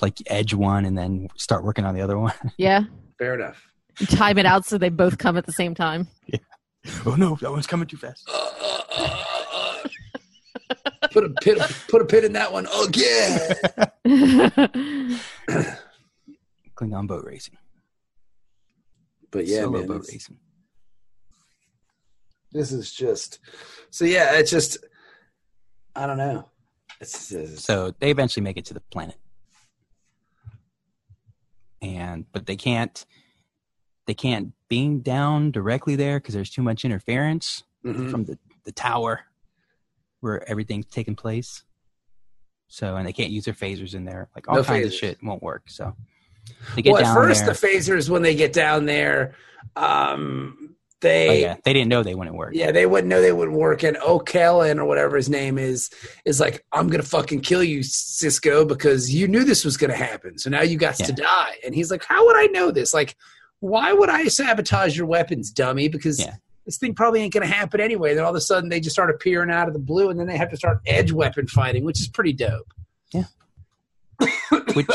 [SPEAKER 3] Like edge one and then start working on the other one.
[SPEAKER 4] Yeah.
[SPEAKER 2] Fair enough.
[SPEAKER 4] You time it out so they both come at the same time.
[SPEAKER 3] oh no, that one's coming too fast.
[SPEAKER 2] Uh, uh, uh, uh, uh. put a pin, put a pin in that one again.
[SPEAKER 4] That's
[SPEAKER 3] Klingon boat racing.
[SPEAKER 2] But yeah,
[SPEAKER 3] Solo
[SPEAKER 2] man,
[SPEAKER 3] boat
[SPEAKER 2] it's-
[SPEAKER 3] racing.
[SPEAKER 2] this is just. So yeah, it's just. I don't know. It's, it's-
[SPEAKER 3] So they eventually make it to the planet. And but they can't they can't beam down directly there because there's too much interference
[SPEAKER 2] mhm.
[SPEAKER 3] from the, the tower where everything's taking place. So and they can't use their phasers in there. Like all
[SPEAKER 2] No
[SPEAKER 3] kinds of
[SPEAKER 2] phasers.
[SPEAKER 3] shit won't work. So they get
[SPEAKER 2] Well, at
[SPEAKER 3] down
[SPEAKER 2] first
[SPEAKER 3] there.
[SPEAKER 2] the phasers when they get down there, um,
[SPEAKER 3] oh,
[SPEAKER 2] they
[SPEAKER 3] yeah, they didn't know they wouldn't work.
[SPEAKER 2] Yeah, they wouldn't know they wouldn't work. And O'Kellen or whatever his name is is like, I'm gonna fucking kill you, Cisco, because you knew this was gonna happen. So now you got to die. And he's like, How would I know this? Like, why would I sabotage your weapons, dummy? Because
[SPEAKER 3] Yeah.
[SPEAKER 2] this thing probably ain't gonna happen anyway. Then all of a sudden they just start appearing out of the blue, and then they have to start edge weapon fighting, which is pretty dope.
[SPEAKER 3] Which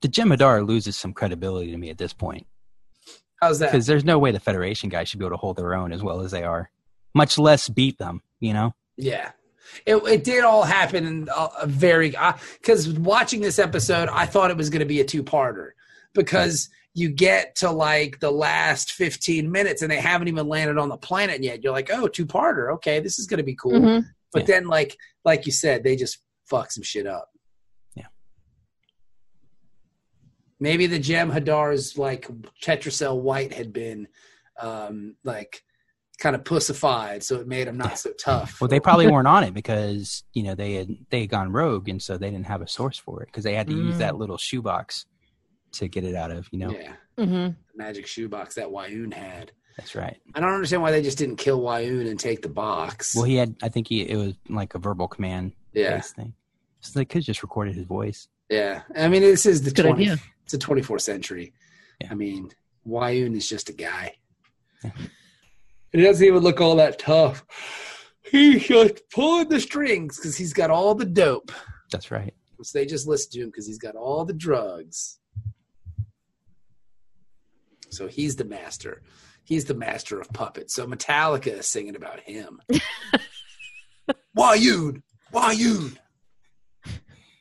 [SPEAKER 3] the Jemadar loses some credibility to me at this point.
[SPEAKER 2] How's that?
[SPEAKER 3] because there's no way the Federation guys should be able to hold their own as well as they are, much less beat them. You know,
[SPEAKER 2] Yeah. It, it did all happen in a, a very because watching this episode, I thought it was going to be a two parter because you get to like the last 15 minutes and they haven't even landed on the planet yet. You're like, oh, two parter. Okay, this is going to be cool.
[SPEAKER 4] Mhm.
[SPEAKER 2] But
[SPEAKER 3] Mm-hmm. Yeah.
[SPEAKER 2] then, like, like you said, they just fuck some shit up.
[SPEAKER 3] Yeah.
[SPEAKER 2] Maybe the Gem Hadar's like Tetracell White had been um, like kind of pussified, so it made him not so tough.
[SPEAKER 3] well they probably weren't on it because you know they had they had gone rogue, and so they didn't have a source for it because they had to use
[SPEAKER 4] Mm.
[SPEAKER 3] that little shoebox to get it out of. You know,
[SPEAKER 2] Yeah,
[SPEAKER 4] Mhm.
[SPEAKER 2] the magic shoebox that Wyoon had.
[SPEAKER 3] that's right.
[SPEAKER 2] I don't understand why they just didn't kill Wyoon and take the box.
[SPEAKER 3] Well, he had I think he it was like a verbal command
[SPEAKER 2] yeah,
[SPEAKER 3] based thing, so they could have just recorded his voice.
[SPEAKER 2] yeah. I mean, this is the
[SPEAKER 4] Good
[SPEAKER 2] 20,
[SPEAKER 4] idea.
[SPEAKER 2] It's the 24th century.
[SPEAKER 3] Yeah.
[SPEAKER 2] I mean, Wyoon is just a guy.
[SPEAKER 3] Yeah.
[SPEAKER 2] It doesn't even look all that tough. He's just pulling the strings because he's got all the dope.
[SPEAKER 3] That's right.
[SPEAKER 2] So they just listen to him because he's got all the drugs. So he's the master. He's the master of puppets. So Metallica is singing about him. Why you? Why you?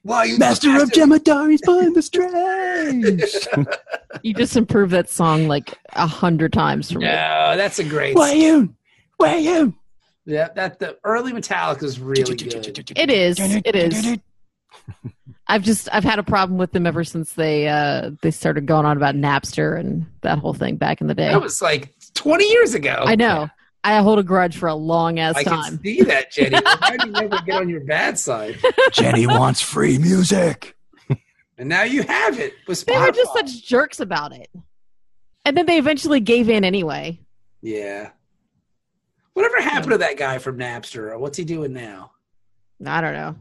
[SPEAKER 2] Why you?
[SPEAKER 3] Master of Jemadar, he's behind the strange.
[SPEAKER 4] You just improved that song like a hundred times for me.
[SPEAKER 2] No, that's a great.
[SPEAKER 3] Why you? Why you?
[SPEAKER 2] Yeah, that the early Metallica is really good.
[SPEAKER 4] It is. It is. I've just I've had a problem with them ever since they uh they started going on about Napster and that whole thing back in the day.
[SPEAKER 2] That was like 20 years ago.
[SPEAKER 4] I know. I hold a grudge for a long ass
[SPEAKER 2] I
[SPEAKER 4] time.
[SPEAKER 2] can see that, Jenny. Why do you never get on your bad side?
[SPEAKER 3] Jenny wants free music.
[SPEAKER 2] And now you have it with
[SPEAKER 4] They were just
[SPEAKER 2] Spotify.
[SPEAKER 4] such jerks about it. And then they eventually gave in anyway.
[SPEAKER 2] Yeah. Whatever happened to that guy from Napster? What's he doing now?
[SPEAKER 4] I don't know.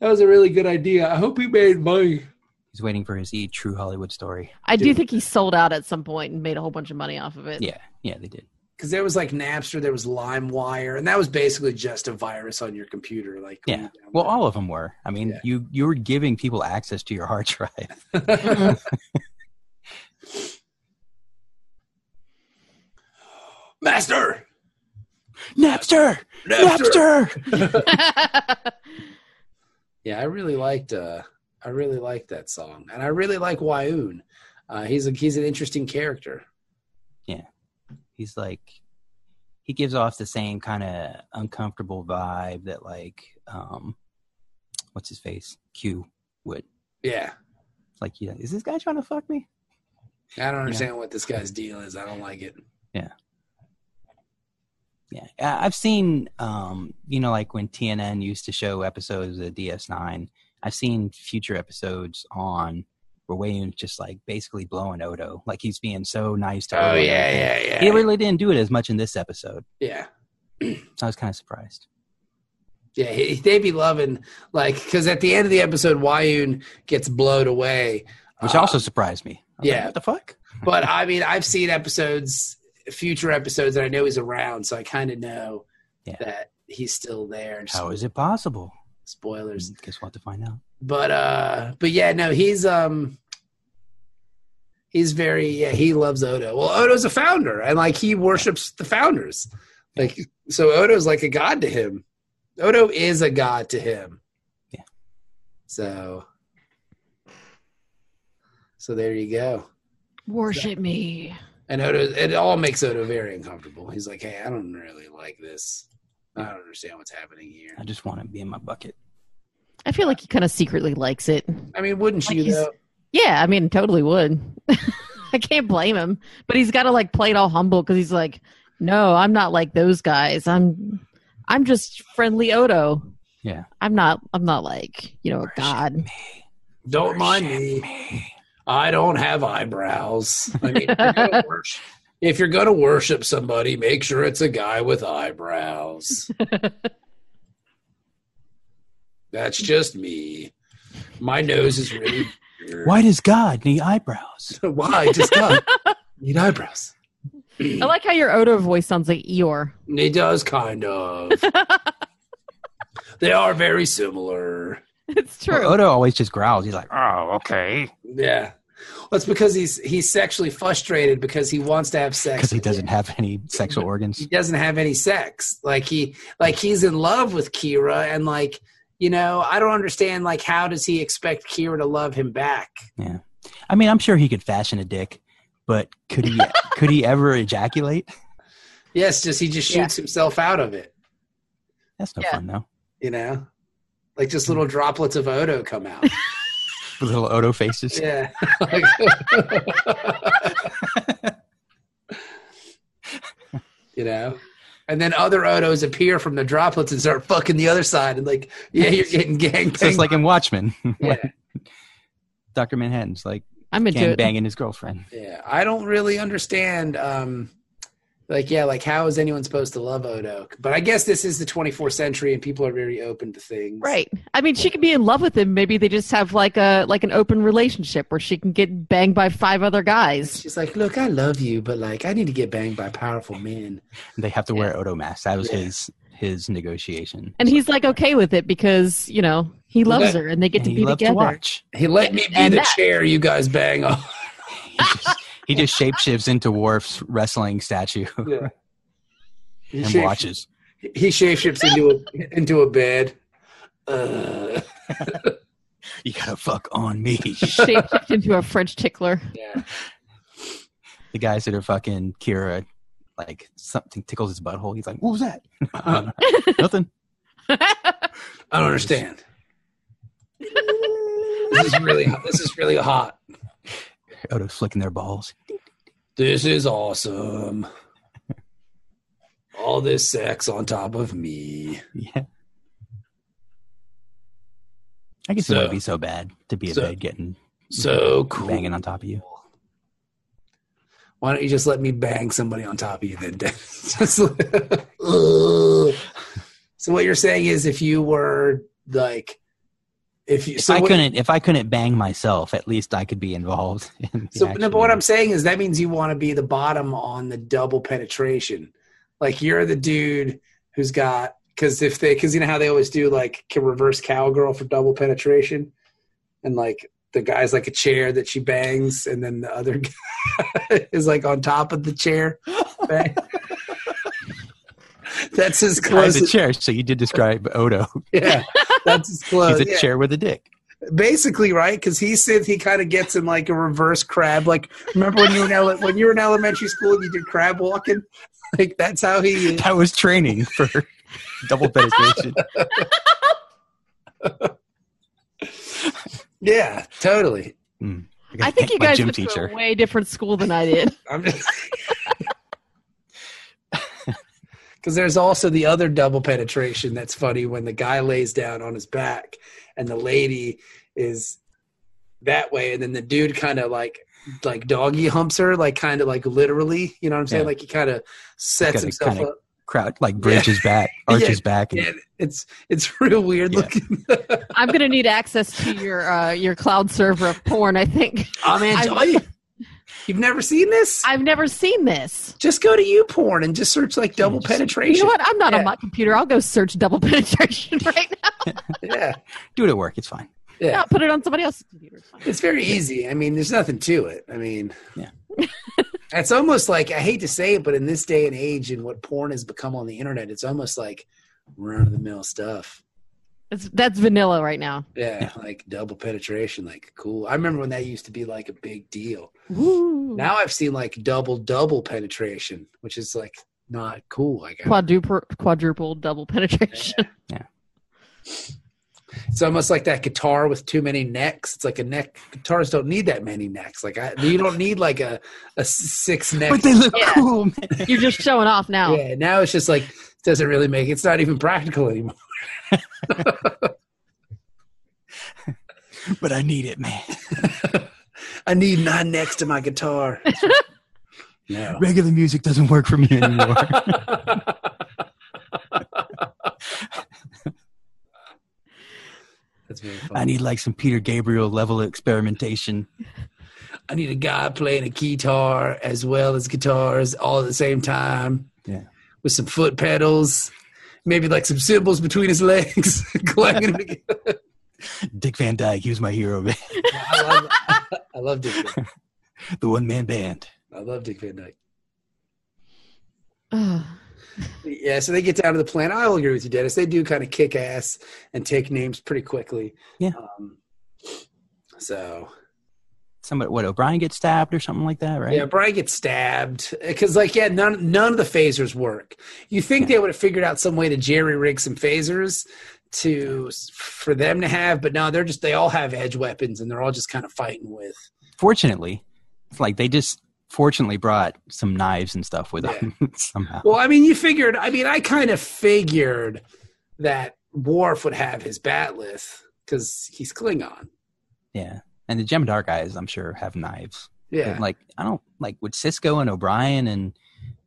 [SPEAKER 2] That was a really good idea. I hope he made money.
[SPEAKER 3] He's waiting for his E True Hollywood story.
[SPEAKER 4] I do
[SPEAKER 2] Dude.
[SPEAKER 4] think he sold out at some point and made a whole bunch of money off of it.
[SPEAKER 3] Yeah, yeah, they did.
[SPEAKER 2] Because there was like Napster, there was LimeWire, and that was basically just a virus on your computer. Like when
[SPEAKER 3] Yeah.
[SPEAKER 2] you download-
[SPEAKER 3] Well, all of them were. I mean,
[SPEAKER 2] Yeah.
[SPEAKER 3] you you were giving people access to your hard drive.
[SPEAKER 4] Mhm.
[SPEAKER 2] Master!
[SPEAKER 3] Napster, Napster.
[SPEAKER 2] Yeah, I really liked uh I really liked that song. And I really like Wyoon. Uh he's a he's an interesting character.
[SPEAKER 3] He's like, he gives off the same kind of uncomfortable vibe that like, um, what's his face? Q would.
[SPEAKER 2] Yeah.
[SPEAKER 3] It's like, yeah, is this guy trying to fuck me?
[SPEAKER 2] I don't understand what this guy's deal is. I don't like it.
[SPEAKER 3] Yeah, I- I've seen, um, you know, like when TNN used to show episodes of DS9. I've seen future episodes on where Wayne's just like basically blowing Odo, like he's being so nice to. Odo and everything.
[SPEAKER 2] Oh, yeah,
[SPEAKER 3] He really didn't do it as much in this episode,
[SPEAKER 2] yeah.
[SPEAKER 3] so I was kind of surprised.
[SPEAKER 2] Yeah, he- they be loving like because at the end of the episode, Wyoon gets blowed away.
[SPEAKER 3] Which
[SPEAKER 2] Uh,
[SPEAKER 3] also surprised me. I was like,
[SPEAKER 2] yeah.
[SPEAKER 3] what the fuck?
[SPEAKER 2] but I mean, I've seen episodes, future episodes, and I know he's around, so I kind of know
[SPEAKER 3] Yeah.
[SPEAKER 2] that he's still there. and
[SPEAKER 3] How is it possible?
[SPEAKER 2] Spoilers,
[SPEAKER 3] Guess we'll have to find out.
[SPEAKER 2] but uh, but yeah, no, he's um, he's very yeah, he loves Odo. Well, Odo's a founder, and like he worships the founders, like so Odo's like a god to him. Odo is a god to him.
[SPEAKER 3] Yeah.
[SPEAKER 2] So. So there you go.
[SPEAKER 4] Worship me.
[SPEAKER 2] And Odo, it all makes Odo very uncomfortable. He's like, "Hey, I don't really like this. I don't understand what's happening here."
[SPEAKER 3] I just want to be in my bucket.
[SPEAKER 4] I feel like he kind of secretly likes it.
[SPEAKER 2] I mean, wouldn't
[SPEAKER 4] Like
[SPEAKER 2] you
[SPEAKER 4] he's-
[SPEAKER 2] though?
[SPEAKER 4] Yeah, I mean, totally would. I can't blame him, but he's got to like play it all humble because he's like, "No, I'm not like those guys. I'm, I'm just friendly Odo.
[SPEAKER 3] Yeah.
[SPEAKER 4] I'm not. I'm not like you know a god."
[SPEAKER 2] Don't mind me. I don't have eyebrows. I mean, if you're, gonna worship, if you're gonna worship somebody, make sure it's a guy with eyebrows. That's just me. My nose is really weird.
[SPEAKER 3] Why does God need eyebrows?
[SPEAKER 2] Why? Just not need eyebrows.
[SPEAKER 4] I like how your Odo voice sounds like Eeyore.
[SPEAKER 2] It does kind of. they are very similar.
[SPEAKER 4] It's true.
[SPEAKER 3] Well, Odo always just growls. He's like,
[SPEAKER 5] Oh, okay.
[SPEAKER 2] Yeah. Well, it's because he's he's sexually frustrated because he wants to have sex
[SPEAKER 3] because he doesn't have any sexual organs.
[SPEAKER 2] He doesn't have any sex. Like he like he's in love with Kira and like you know I don't understand like how does he expect Kira to love him back?
[SPEAKER 3] I mean, I'm sure he could fashion a dick, but could he could he ever ejaculate?
[SPEAKER 2] Yes, just he just shoots himself out of it.
[SPEAKER 3] That's no
[SPEAKER 4] Yeah.
[SPEAKER 3] fun though.
[SPEAKER 2] You know, like just little droplets of Odo come out.
[SPEAKER 3] With little Odo faces.
[SPEAKER 2] yeah. you know? And then other Odos appear from the droplets and start fucking the other side and like, yeah, you're getting gang
[SPEAKER 3] So it's like in Watchmen.
[SPEAKER 2] yeah.
[SPEAKER 3] Doctor Manhattan's like
[SPEAKER 4] I'm into
[SPEAKER 3] gang
[SPEAKER 4] it.
[SPEAKER 3] banging his girlfriend.
[SPEAKER 2] yeah. I don't really understand um like yeah, like how is anyone supposed to love Odo? But I guess this is the 24th century and people are very open to things.
[SPEAKER 4] Right. I mean, she could be in love with him. Maybe they just have like a like an open relationship where she can get banged by five other guys.
[SPEAKER 2] She's like, look, I love you, but like I need to get banged by powerful men.
[SPEAKER 3] They have to wear Odo masks. That was
[SPEAKER 2] Yeah.
[SPEAKER 3] his his negotiation.
[SPEAKER 4] And he's like okay with it because, you know, he
[SPEAKER 2] Well,
[SPEAKER 4] loves
[SPEAKER 2] that-
[SPEAKER 4] her and they get
[SPEAKER 3] And
[SPEAKER 4] to
[SPEAKER 3] he
[SPEAKER 4] be
[SPEAKER 3] loved to
[SPEAKER 4] together.
[SPEAKER 3] watch.
[SPEAKER 2] He let me be
[SPEAKER 4] And
[SPEAKER 2] the
[SPEAKER 4] that-
[SPEAKER 2] chair you guys bang on.
[SPEAKER 3] He just, he just shapeshifts into Worf's wrestling statue
[SPEAKER 2] Yeah. He
[SPEAKER 3] and
[SPEAKER 2] shape-
[SPEAKER 3] watches.
[SPEAKER 2] He shapeshifts into a into a bed. Uh,
[SPEAKER 3] You gotta fuck on me.
[SPEAKER 4] Shaped into a French tickler.
[SPEAKER 2] yeah.
[SPEAKER 3] the guys that are fucking Kira, like something tickles his butthole. He's like, "What was that?
[SPEAKER 4] Uh-huh.
[SPEAKER 2] Uh,
[SPEAKER 3] Nothing."
[SPEAKER 2] I don't understand. this is really this is really hot.
[SPEAKER 3] Odo's flicking their balls.
[SPEAKER 2] This is awesome. All this sex on top of me.
[SPEAKER 3] Yeah. I guess it
[SPEAKER 2] So-
[SPEAKER 3] wouldn't be so bad to be a
[SPEAKER 2] so-
[SPEAKER 3] bed getting
[SPEAKER 2] So cool.
[SPEAKER 3] banging on top of you.
[SPEAKER 2] Why don't you just let me bang somebody on top of you then, Dennis? Just let- Ugh. so what you're saying is if you were like if you
[SPEAKER 3] If
[SPEAKER 2] so
[SPEAKER 3] I
[SPEAKER 2] what-
[SPEAKER 3] couldn't, if I couldn't bang myself, at least I could be involved. In the
[SPEAKER 2] So, no, but what I'm
[SPEAKER 3] action.
[SPEAKER 2] saying is that means you want to be the bottom on the double penetration. Like you're the dude who's got because if they because you know how they always do like can reverse cowgirl for double penetration, and like the guy's like a chair that she bangs, and then the other guy is like on top of the chair. bang. That's as
[SPEAKER 3] Guy's
[SPEAKER 2] close.
[SPEAKER 3] a
[SPEAKER 2] As,
[SPEAKER 3] chair, so you did describe Odo.
[SPEAKER 2] yeah, that's as
[SPEAKER 3] He's
[SPEAKER 2] close.
[SPEAKER 3] a
[SPEAKER 2] yeah.
[SPEAKER 3] chair with a dick.
[SPEAKER 2] Basically, right? Because he said he kind of gets in like a reverse crab. Like, remember when you were in ele- when you were in elementary school and you did crab walking? Like that's how he.
[SPEAKER 3] That was training for double penetration.
[SPEAKER 2] Yeah, totally.
[SPEAKER 4] I think
[SPEAKER 3] Thank
[SPEAKER 4] you
[SPEAKER 3] my
[SPEAKER 4] guys
[SPEAKER 3] gym
[SPEAKER 4] went to
[SPEAKER 3] teacher.
[SPEAKER 4] a way different school than I did.
[SPEAKER 2] I'm just. Because there's also the other double penetration that's funny when the guy lays down on his back and the lady is that way, and then the dude kind of like like doggy humps her, like kind of like literally, you know what I'm saying?
[SPEAKER 3] Yeah.
[SPEAKER 2] Like he kind of sets
[SPEAKER 3] Kinda-
[SPEAKER 2] himself
[SPEAKER 3] kinda-
[SPEAKER 2] up.
[SPEAKER 3] Crouch like bridges back,
[SPEAKER 2] Yeah.
[SPEAKER 3] arches back, and
[SPEAKER 2] Yeah, it's it's real weird
[SPEAKER 3] Yeah.
[SPEAKER 2] looking.
[SPEAKER 4] I'm gonna need access to your uh, your cloud server of porn. I think
[SPEAKER 2] oh man,
[SPEAKER 4] I-
[SPEAKER 2] Johnny, you've never seen this?
[SPEAKER 4] I've never seen this.
[SPEAKER 2] just go to YouPorn and just search like double
[SPEAKER 3] just-
[SPEAKER 2] penetration.
[SPEAKER 4] You know what? I'm not
[SPEAKER 2] Yeah.
[SPEAKER 4] on my computer. I'll go search double penetration right now.
[SPEAKER 2] Yeah,
[SPEAKER 3] do it at work. It's fine.
[SPEAKER 2] yeah.
[SPEAKER 4] I'll put it on somebody else's computer. It's fine.
[SPEAKER 2] It's very easy. I mean, there's nothing to it. I mean,
[SPEAKER 3] Yeah.
[SPEAKER 2] it's almost like I hate to say it, but in this day and age and what porn has become on the internet, it's almost like run of the mill stuff.
[SPEAKER 4] It's, that's vanilla right now.
[SPEAKER 2] Yeah, like double penetration, like cool. I remember when that used to be like a big deal.
[SPEAKER 4] Woo.
[SPEAKER 2] Now I've seen like double double penetration, which is like not cool. Like I-
[SPEAKER 4] quadruple quadruple double penetration.
[SPEAKER 2] it's almost like that guitar with too many necks. It's like a neck. Guitars don't need that many necks. Like I, you don't need like a a six neck.
[SPEAKER 3] But they look
[SPEAKER 4] Yeah.
[SPEAKER 3] cool, man.
[SPEAKER 4] You're just showing off now.
[SPEAKER 2] Yeah, now it's just like it doesn't really make it's not even practical anymore.
[SPEAKER 3] But I need it, man.
[SPEAKER 2] I need nine next to my guitar. no.
[SPEAKER 3] Regular music doesn't work for me anymore.
[SPEAKER 2] That's very
[SPEAKER 3] I
[SPEAKER 2] funny.
[SPEAKER 3] need like some Peter Gabriel level of experimentation.
[SPEAKER 2] I need a guy playing a guitar as well as guitars all at the same time.
[SPEAKER 3] Yeah.
[SPEAKER 2] With some foot pedals, maybe like some cymbals between his legs, clanging them together.
[SPEAKER 3] Dick Van Dyke, he was my hero, man.
[SPEAKER 2] I love, I love Dick. Van Dyke.
[SPEAKER 3] The one man band.
[SPEAKER 2] I love Dick Van Dyke.
[SPEAKER 4] Ugh.
[SPEAKER 2] Yeah, so they get down to the plan. I will agree with you, Dennis. They do kind of kick ass and take names pretty quickly.
[SPEAKER 3] Yeah.
[SPEAKER 2] Um, so
[SPEAKER 3] Somebody, what O'Brien gets stabbed or something like that, right?
[SPEAKER 2] yeah, Brian gets stabbed because, like, yeah, none none of the phasers work. You think they would have figured out some way to jerry rig some phasers to for them to have, but no, they're just they all have edge weapons and they're all just kind of fighting with.
[SPEAKER 3] Fortunately, it's like they just fortunately brought some knives and stuff with
[SPEAKER 2] Yeah.
[SPEAKER 3] them somehow.
[SPEAKER 2] Well, I mean, you figured. I mean, I kind of figured that Worf would have his batleth because he's Klingon.
[SPEAKER 3] Yeah. And the Jemadar guys, I'm sure, have knives.
[SPEAKER 2] Yeah.
[SPEAKER 3] But, like, I don't like with Cisco and O'Brien and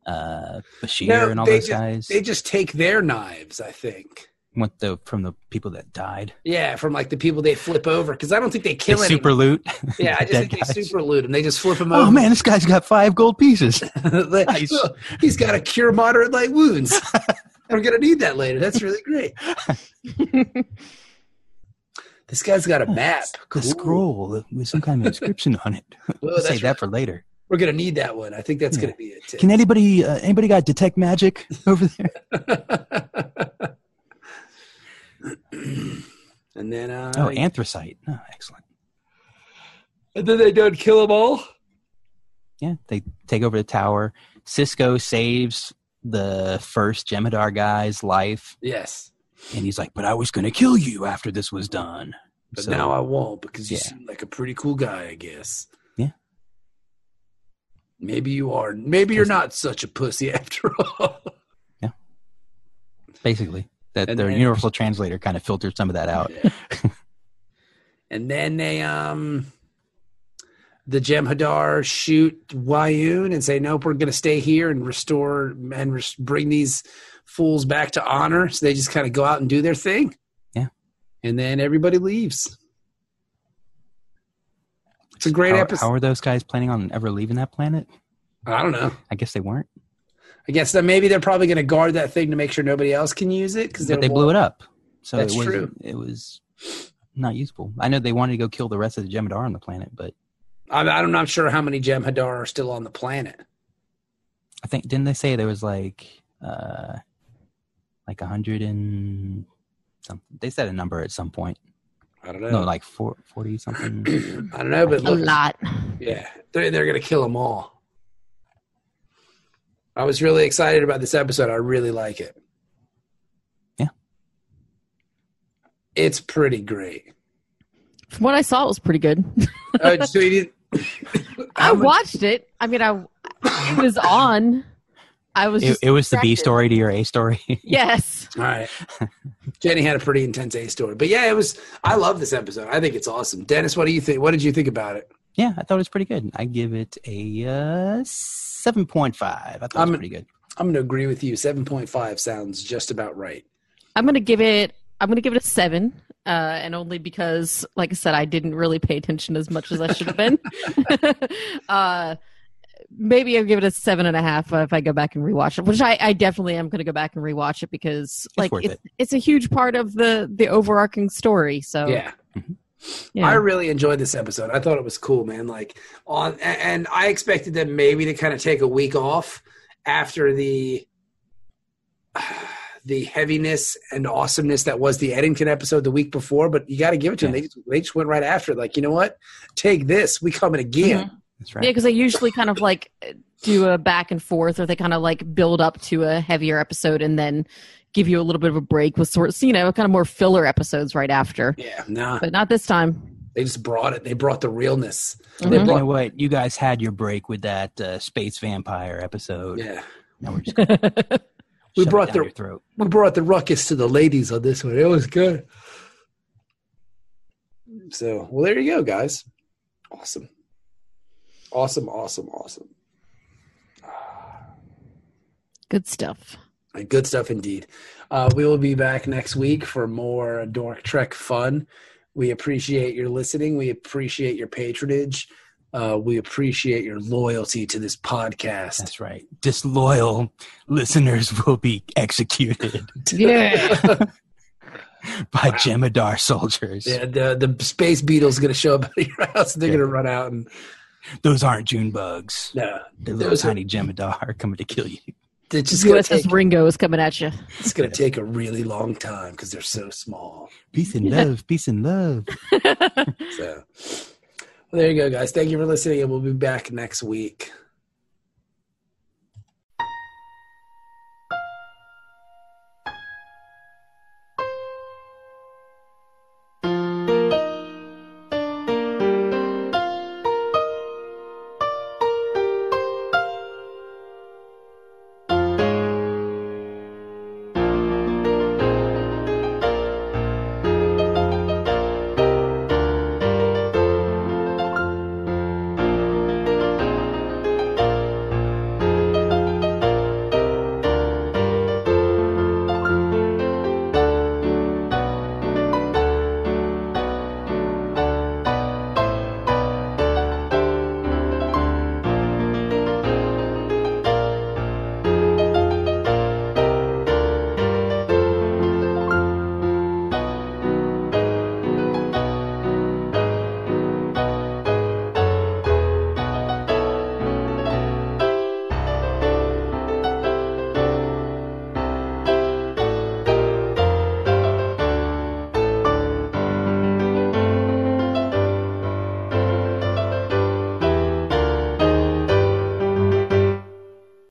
[SPEAKER 3] uh, Bashir
[SPEAKER 2] No,
[SPEAKER 3] and all
[SPEAKER 2] they
[SPEAKER 3] those
[SPEAKER 2] ju-
[SPEAKER 3] guys.
[SPEAKER 2] They just take their knives, I think.
[SPEAKER 3] want the from the people that died.
[SPEAKER 2] Yeah, from like the people they flip over because I don't think they
[SPEAKER 3] They
[SPEAKER 2] kill anyone.
[SPEAKER 3] super loot.
[SPEAKER 2] yeah, I just
[SPEAKER 3] dead
[SPEAKER 2] think they
[SPEAKER 3] guys.
[SPEAKER 2] super loot them. They just flip them
[SPEAKER 3] Oh
[SPEAKER 2] over.
[SPEAKER 3] man, this guy's got five gold pieces.
[SPEAKER 2] Like,
[SPEAKER 3] Nice.
[SPEAKER 2] "Oh, he's got a cure moderate light wounds. I'm gonna need that later. That's really great. this guy's got a map.
[SPEAKER 3] Oh, The
[SPEAKER 2] Cool.
[SPEAKER 3] scroll with some kind of inscription on it.
[SPEAKER 2] Whoa,
[SPEAKER 3] We'll
[SPEAKER 2] that's
[SPEAKER 3] save
[SPEAKER 2] right.
[SPEAKER 3] that for later.
[SPEAKER 2] We're gonna need that one. I think that's
[SPEAKER 3] Yeah.
[SPEAKER 2] gonna be it.
[SPEAKER 3] Can anybody uh, anybody got detect magic over there?
[SPEAKER 2] and then uh,
[SPEAKER 3] Oh, anthracite. Oh, excellent.
[SPEAKER 2] and then they don't kill them all.
[SPEAKER 3] Yeah, they take over the tower. Cisco saves the first Jemadar guy's life,
[SPEAKER 2] Yes.
[SPEAKER 3] and he's like, "But I was going to kill you after this was done."
[SPEAKER 2] But now I won't because you
[SPEAKER 3] Yeah.
[SPEAKER 2] seem like a pretty cool guy, I guess.
[SPEAKER 3] Yeah.
[SPEAKER 2] Maybe you are. Maybe you're
[SPEAKER 3] Pussy.
[SPEAKER 2] not such a pussy after all.
[SPEAKER 3] basically, that
[SPEAKER 2] And
[SPEAKER 3] their
[SPEAKER 2] then-
[SPEAKER 3] universal translator kind of filtered some of that out.
[SPEAKER 2] Yeah. and then they um the Jem'Hadar shoot Wayun and say, "Nope, we're going to stay here and restore and res- bring these fools back to honor." So they just kind of go out and do their thing.
[SPEAKER 3] Yeah.
[SPEAKER 2] And then everybody leaves. It's a great
[SPEAKER 3] How,
[SPEAKER 2] episode.
[SPEAKER 3] how are those guys planning on ever leaving that planet?
[SPEAKER 2] I don't know.
[SPEAKER 3] I guess they weren't,
[SPEAKER 2] I guess that maybe they're probably going to guard that thing to make sure nobody else can use it because
[SPEAKER 3] but they blew it up. So
[SPEAKER 2] That's
[SPEAKER 3] it was,
[SPEAKER 2] true.
[SPEAKER 3] It was not useful. I know they wanted to go kill the rest of the Jemadar on the planet, but
[SPEAKER 2] I'm, I'm not sure how many Jem'Hadar are still on the planet.
[SPEAKER 3] I think didn't they say there was like uh like a hundred and something. They said a number at some point.
[SPEAKER 2] I don't know.
[SPEAKER 3] No, like four, 40 something.
[SPEAKER 2] I don't know, but
[SPEAKER 4] A
[SPEAKER 2] look,
[SPEAKER 4] lot.
[SPEAKER 2] Yeah, they're, they're going to kill them all. I was really excited about this episode. I really like it.
[SPEAKER 3] Yeah.
[SPEAKER 2] It's pretty great.
[SPEAKER 4] From what I saw, it was pretty good.
[SPEAKER 2] Oh, so you did,
[SPEAKER 4] I watched it. I mean, I it was on. I was.
[SPEAKER 3] It,
[SPEAKER 4] just
[SPEAKER 3] it was the B
[SPEAKER 4] distracted.
[SPEAKER 3] story to your A story.
[SPEAKER 4] Yes.
[SPEAKER 2] All right. Jenny had a pretty intense A story. But yeah, it was I love this episode. I think it's awesome. Dennis, what do you think? What did you think about it?
[SPEAKER 3] yeah, I thought it was pretty good. I give it a uh, seven point five. I thought it
[SPEAKER 2] I'm-
[SPEAKER 3] was pretty good.
[SPEAKER 2] I'm gonna agree with you. Seven point five sounds just about right.
[SPEAKER 4] I'm gonna give it. I'm gonna give it a seven, uh, and only because, like I said, I didn't really pay attention as much as I should have been. uh, maybe I'll give it a seven and a half if I go back and rewatch it, which I, I definitely am gonna go back and rewatch it because, like,
[SPEAKER 3] worth
[SPEAKER 4] it's, it's a huge part of the the overarching story. So
[SPEAKER 2] Yeah.
[SPEAKER 4] yeah.
[SPEAKER 2] I really enjoyed this episode. I thought it was cool, man. Like on a- and I expected them maybe to kind of take a week off after the the heaviness and awesomeness that was the Eddington episode the week before, but you got to give it to them.
[SPEAKER 3] Yeah.
[SPEAKER 2] They just, they just went right after it. Like, you know what? Take this. We coming again.
[SPEAKER 3] That's
[SPEAKER 4] Yeah,
[SPEAKER 3] right.
[SPEAKER 4] because they usually kind of like do a back and forth, or they kind of like build up to a heavier episode and then give you a little bit of a break with sorts, you know, kind of more filler episodes right after.
[SPEAKER 2] Yeah, nah.
[SPEAKER 4] But not this time. Mm-hmm.
[SPEAKER 2] They just brought it. They brought the realness.
[SPEAKER 3] And
[SPEAKER 2] They
[SPEAKER 3] you
[SPEAKER 2] brought,
[SPEAKER 3] know what? You guys had your break with that uh, space vampire episode.
[SPEAKER 2] yeah.
[SPEAKER 3] Now we're just gonna
[SPEAKER 2] We
[SPEAKER 3] shove it
[SPEAKER 2] brought
[SPEAKER 3] down
[SPEAKER 2] the-
[SPEAKER 3] your throat.
[SPEAKER 2] We brought the ruckus to the ladies on this one. It was good. So, well, there you go, guys. Awesome. Awesome, awesome, awesome.
[SPEAKER 4] Good stuff.
[SPEAKER 2] Uh, Good stuff indeed. Uh, we will be back next week for more Dork Trek fun. We appreciate your listening. We appreciate your patronage. Uh, we appreciate your loyalty to this podcast.
[SPEAKER 3] That's right. Disloyal listeners will be executed
[SPEAKER 4] Yeah.
[SPEAKER 3] by Jemadar soldiers.
[SPEAKER 2] Yeah, the the space beetle's gonna show up at your house. and They're gonna run out and
[SPEAKER 3] Those aren't June bugs.
[SPEAKER 2] no,
[SPEAKER 3] The little
[SPEAKER 2] Those are-
[SPEAKER 3] tiny Jemadar are coming to kill you.
[SPEAKER 2] they're just gonna
[SPEAKER 4] USS
[SPEAKER 2] take,
[SPEAKER 4] Ringo is coming at you.
[SPEAKER 2] it's gonna take a really long time because they're so small.
[SPEAKER 3] Peace and
[SPEAKER 4] Yeah.
[SPEAKER 3] love. Peace and love.
[SPEAKER 2] So, well, there you go, guys. Thank you for listening, and we'll be back next week.